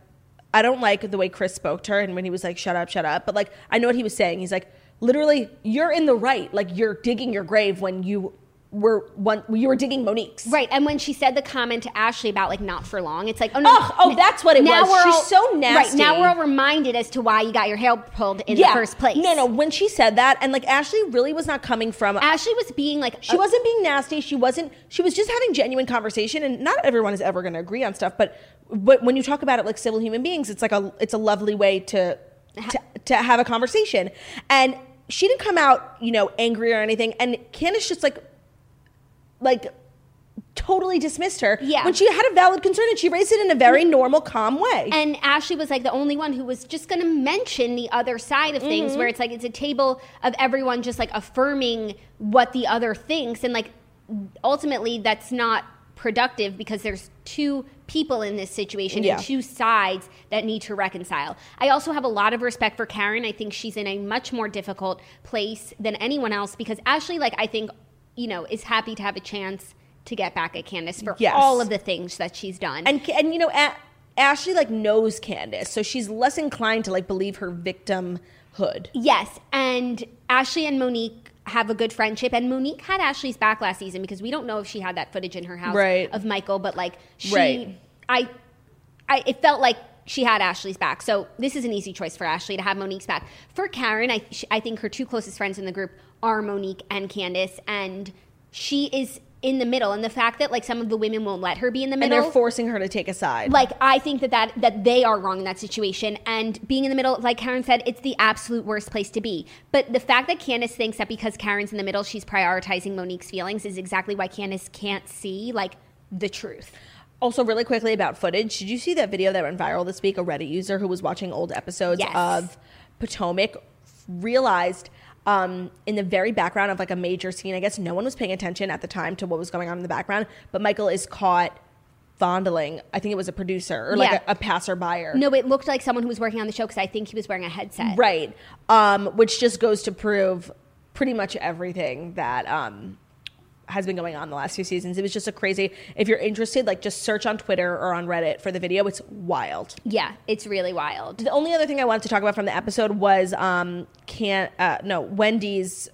C: I don't like the way Chris spoke to her and when he was like, shut up, shut up. But like I know what he was saying. He's like, literally, you're in the right. Like you're digging your grave when you were one you were digging Monique's.
D: Right. And when she said the comment to Ashley about like not for long, it's like, oh no.
C: Ugh, oh, that's what it was. She's so
D: Right. Now
C: nasty.
D: we're all reminded as to why you got your hair pulled in the first place.
C: No, no, when she said that and like Ashley really was not coming from
D: Ashley was being like,
C: She
D: a-
C: wasn't being nasty. She wasn't. She was just having genuine conversation, and not everyone is ever going to agree on stuff. But but when you talk about it like civil human beings, it's like a it's a lovely way to to, to have a conversation. And she didn't come out you know angry or anything. And Candace just like like totally dismissed her
D: Yeah. Mm-hmm.
C: when she had a valid concern, and she raised it in a very normal, calm way.
D: And Ashley was like the only one who was just going to mention the other side of things,
C: Mm-hmm.
D: where it's like it's a table of everyone just like affirming what the other thinks. And like ultimately, that's not productive because there's two people in this situation
C: Yeah.
D: and two sides that need to reconcile. I also have a lot of respect for Karen. I think she's in a much more difficult place than anyone else because Ashley, like, I think, you know, is happy to have a chance to get back at Candace for
C: Yes.
D: all of the things that she's done.
C: and and you know A- Ashley like knows Candace, so she's less inclined to like believe her victimhood.
D: Yes, and Ashley and Monique have a good friendship, and Monique had Ashley's back last season because we don't know if she had that footage in her house
C: Right.
D: of Michael, but like she,
C: Right.
D: I, I, it felt like she had Ashley's back. So this is an easy choice for Ashley to have Monique's back. For Karen, I, she, I think her two closest friends in the group are Monique and Candace, and she is in the middle. And the fact that like some of the women won't let her be in the
C: And
D: middle,
C: they're forcing her to take a side.
D: like I think that, that that they are wrong in that situation and being in the middle like Karen said it's the absolute worst place to be but the fact that Candace thinks that because Karen's in the middle she's prioritizing Monique's feelings is exactly why Candace can't see like the truth
C: also, really quickly about footage, did you see that video that went viral this week? A Reddit user who was watching old episodes
D: Yes.
C: of Potomac realized um, in the very background of like a major scene, I guess no one was paying attention at the time to what was going on in the background, but Michael is caught fondling, I think it was a producer or like
D: Yeah.
C: a, a passerby. or-
D: no it looked like someone who was working on the show because I think he was wearing a headset
C: Right. Um, which just goes to prove pretty much everything that um, has been going on the last few seasons. It was just a crazy. If you're interested, like just search on Twitter or on Reddit for the video. It's wild.
D: yeah it's really wild
C: The only other thing I wanted to talk about from the episode was um, can uh, no Wendy's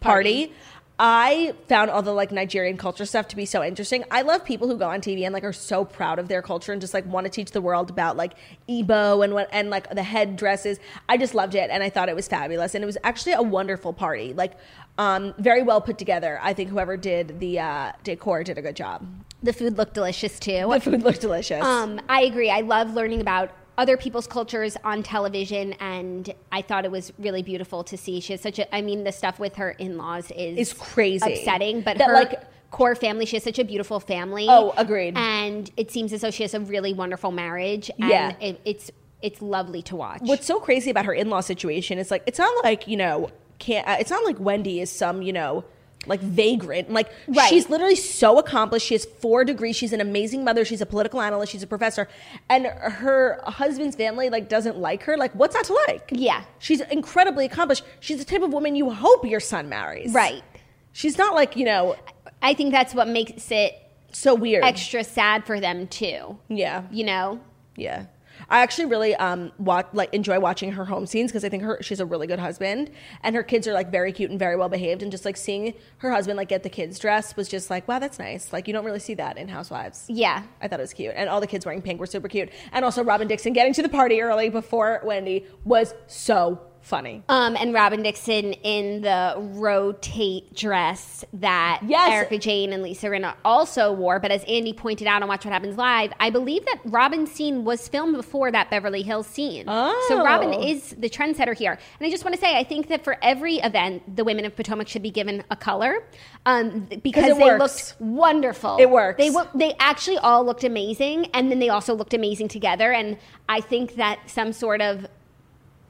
C: party. I found all the like Nigerian culture stuff to be so interesting. I love people who go on TV and like are so proud of their culture and just like want to teach the world about like Igbo and what and like the headdresses. I just loved it and I thought it was fabulous and it was actually a wonderful party. Like um very well put together. I think whoever did the uh decor did a good job.
D: the food looked delicious too
C: The food looked delicious.
D: Um, I agree. I love learning about other people's cultures on television, and I thought it was really beautiful to see. She has such a. I mean, the stuff with her in-laws is
C: It's crazy.
D: upsetting, but
C: That,
D: her
C: like-
D: like core family. She has such a beautiful family.
C: Oh, agreed.
D: And it seems as though she has a really wonderful marriage. And
C: Yeah.
D: it, it's it's lovely to watch.
C: what's so crazy about her in-law situation is like it's not like you know can't uh, it's not like wendy is some you know like vagrant like
D: Right.
C: she's literally so accomplished she has four degrees she's an amazing mother she's a political analyst she's a professor and her husband's family like doesn't like her like what's not to like
D: Yeah.
C: she's incredibly accomplished she's the type of woman you hope your son marries
D: right?
C: she's not like you know
D: I think that's what makes it
C: so weird
D: extra sad for them too.
C: yeah
D: You know.
C: Yeah. I actually really um watch, like enjoy watching her home scenes because I think her she's a really good husband and her kids are like very cute and very well behaved and just like seeing her husband like get the kids dressed was just like wow that's nice like you don't really see that in Housewives
D: Yeah.
C: I thought it was cute and all the kids wearing pink were super cute and also Robin Dixon getting to the party early before Wendy was so funny
D: Um, and Robin Dixon in the rotate dress that
C: Yes.
D: Erica Jane and Lisa Rinna also wore. But as Andy pointed out on Watch What Happens Live, I believe that Robin's scene was filmed before that Beverly Hills scene. So Robin
C: Oh.
D: is the trendsetter here. And I just want to say, I think that for every event, the women of Potomac should be given a color um, th- because
C: it
D: they
C: works.
D: looked wonderful.
C: It works.
D: They wo- they actually all looked amazing, and then they also looked amazing together. And I think that some sort of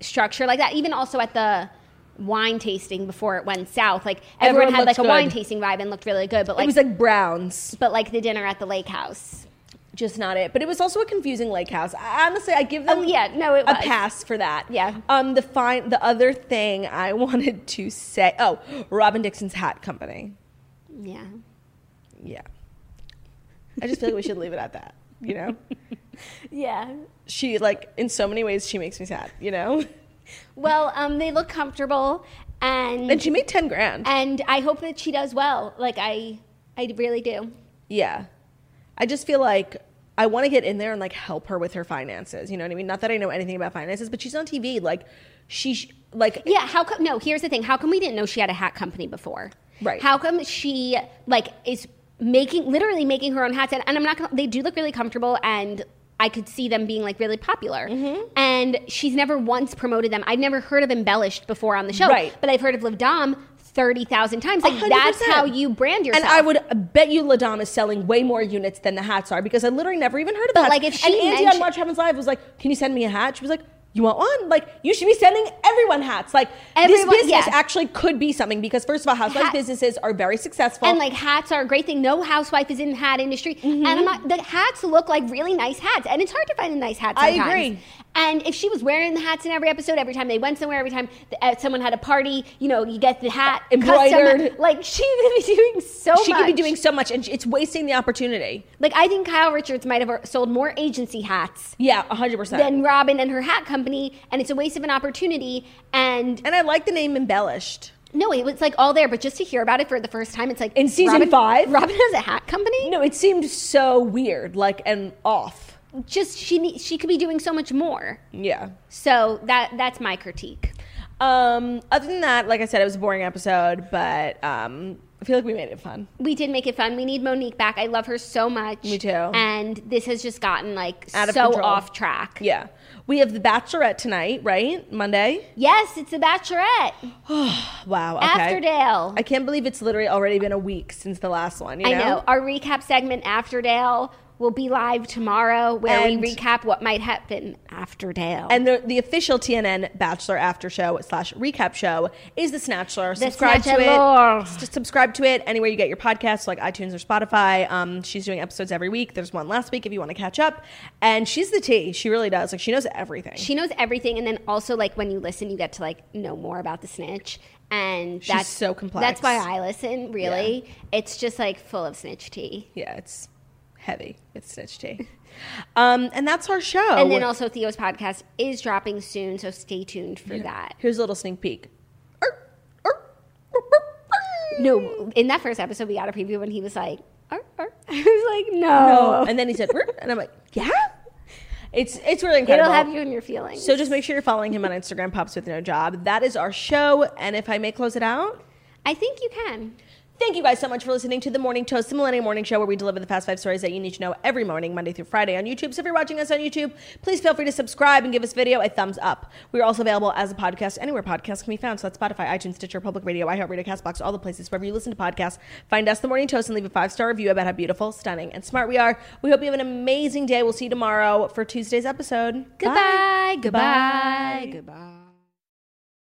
D: structure like that. Even also at the wine tasting before it went south, like everyone,
C: Everyone
D: had like
C: looked
D: a wine
C: good.
D: tasting vibe and looked really good. But
C: it
D: like,
C: was like Browns
D: but like the dinner at the lake house.
C: just not it. But it was also a confusing lake house. I, honestly, I give them
D: Oh, yeah. No, it
C: a
D: was.
C: pass for that.
D: Yeah.
C: Um, the fine the other thing I wanted to say. Oh, Robin Dixon's hat company.
D: Yeah.
C: Yeah. I just feel like we should leave it at that. You know,
D: Yeah.
C: she like in so many ways she makes me sad. You know,
D: Well, um, they look comfortable, and
C: and she made ten grand.
D: and I hope that she does well. Like I, I really do.
C: Yeah. I just feel like I want to get in there and like help her with her finances. You know what I mean? Not that I know anything about finances, but she's on TV. Like she sh- like
D: Yeah, how come? No, here's the thing. How come we didn't know she had a hat company before?
C: Right.
D: How come she like is making literally making her own hats? And, and I'm not gonna. They do look really comfortable, and I could see them being like really popular.
C: Mm-hmm.
D: And she's never once promoted them. I've never heard of embellished before on the show.
C: Right.
D: But I've heard of Liv Dom thirty thousand times. Like
C: 100%.
D: that's how you brand yourself.
C: And I would bet you Ladom is selling way more units than the hats are because I literally never even heard of that.
D: like, if she
C: and Andy on
D: mentioned-
C: Watch Happens Live was like, "Can you send me a hat?" She was like, You want one? Like you should be sending everyone hats. Like this
D: Everyone-
C: business
D: yes.
C: actually could be something because first of all, housewife
D: Hat-
C: businesses are very successful.
D: and like hats are a great thing. No housewife is in the hat industry,
C: Mm-hmm.
D: and I'm not, the hats look like really nice hats, and it's hard to find a nice hat.
C: I
D: Sometimes.
C: agree.
D: And if she was wearing the hats in every episode, every time they went somewhere, every time the, uh, someone had a party, you know, you get the hat custom-
C: Uh, Embroidered.
D: like she could be doing so.
C: she could be
D: much.
C: doing so much, and it's wasting the opportunity.
D: Like I think Kyle Richards might have sold more agency hats
C: Yeah, hundred percent.
D: than Robin and her hat company, and it's a waste of an opportunity. And
C: And I like the name embellished.
D: no, it was like all there, but just to hear about it for the first time, it's like
C: In season
D: Robin-
C: five?
D: Robin has a hat company.
C: No, it seemed so weird, like and off.
D: just she need, she could be doing so much more.
C: Yeah.
D: So that that's my critique.
C: Um, other than that, like I said, it was a boring episode, but um, I feel like we made it fun.
D: We did make it fun. We need Monique back. I love her so much.
C: Me too.
D: And this has just gotten like
C: Out of
D: so
C: control.
D: off track.
C: Yeah. We have The Bachelorette tonight, right? Monday.
D: Yes, it's the Bachelorette.
C: Wow. Okay.
D: Afterdale.
C: I can't believe it's literally already been a week since the last one. You know?
D: I know. Our recap segment after Dale will be live tomorrow where
C: And-
D: we recap what might happen after Dale.
C: And the, the official TNN Bachelor After Show slash Recap Show is The Snatchler.
D: Snatchelor.
C: to it. S- subscribe to it anywhere you get your podcasts, like iTunes or Spotify. Um, she's doing episodes every week. There's one last week if you want to catch up. And she's the tea. She really does. Like she knows everything.
D: she knows everything and then also like when you listen you get to like know more about the snitch and that's
C: so complex.
D: that's why i listen really it's just like full of snitch tea
C: yeah, it's heavy. It's Snitch Tea. um, and that's our show.
D: and then also theo's podcast is dropping soon so stay tuned for that
C: here's a little sneak peek. Er,
D: no in that first episode we got a preview when he was like "Arr, arr." i was like no,
C: And then he said, "Rrr," and I'm like, yeah. Oh. It's it's really incredible.
D: it'll have you in your feelings
C: So just make sure you're following him on Instagram, Pops with No Job. That is our show. And if I may close it out,
D: i think you can
C: thank you guys so much for listening to the Morning Toast, the Millennium Morning Show, where we deliver the past five stories that you need to know every morning, Monday through Friday on YouTube. So if you're watching us on YouTube, please feel free to subscribe and give this video a thumbs up. We are also available as a podcast anywhere podcasts can be found. So that's Spotify, iTunes, Stitcher, Public Radio, iHeartRadio, Castbox, all the places wherever you listen to podcasts. Find us the Morning Toast and leave a five star review about how beautiful, stunning, and smart we are. We hope you have an amazing day. We'll see you tomorrow for Tuesday's episode. Bye.
D: goodbye goodbye goodbye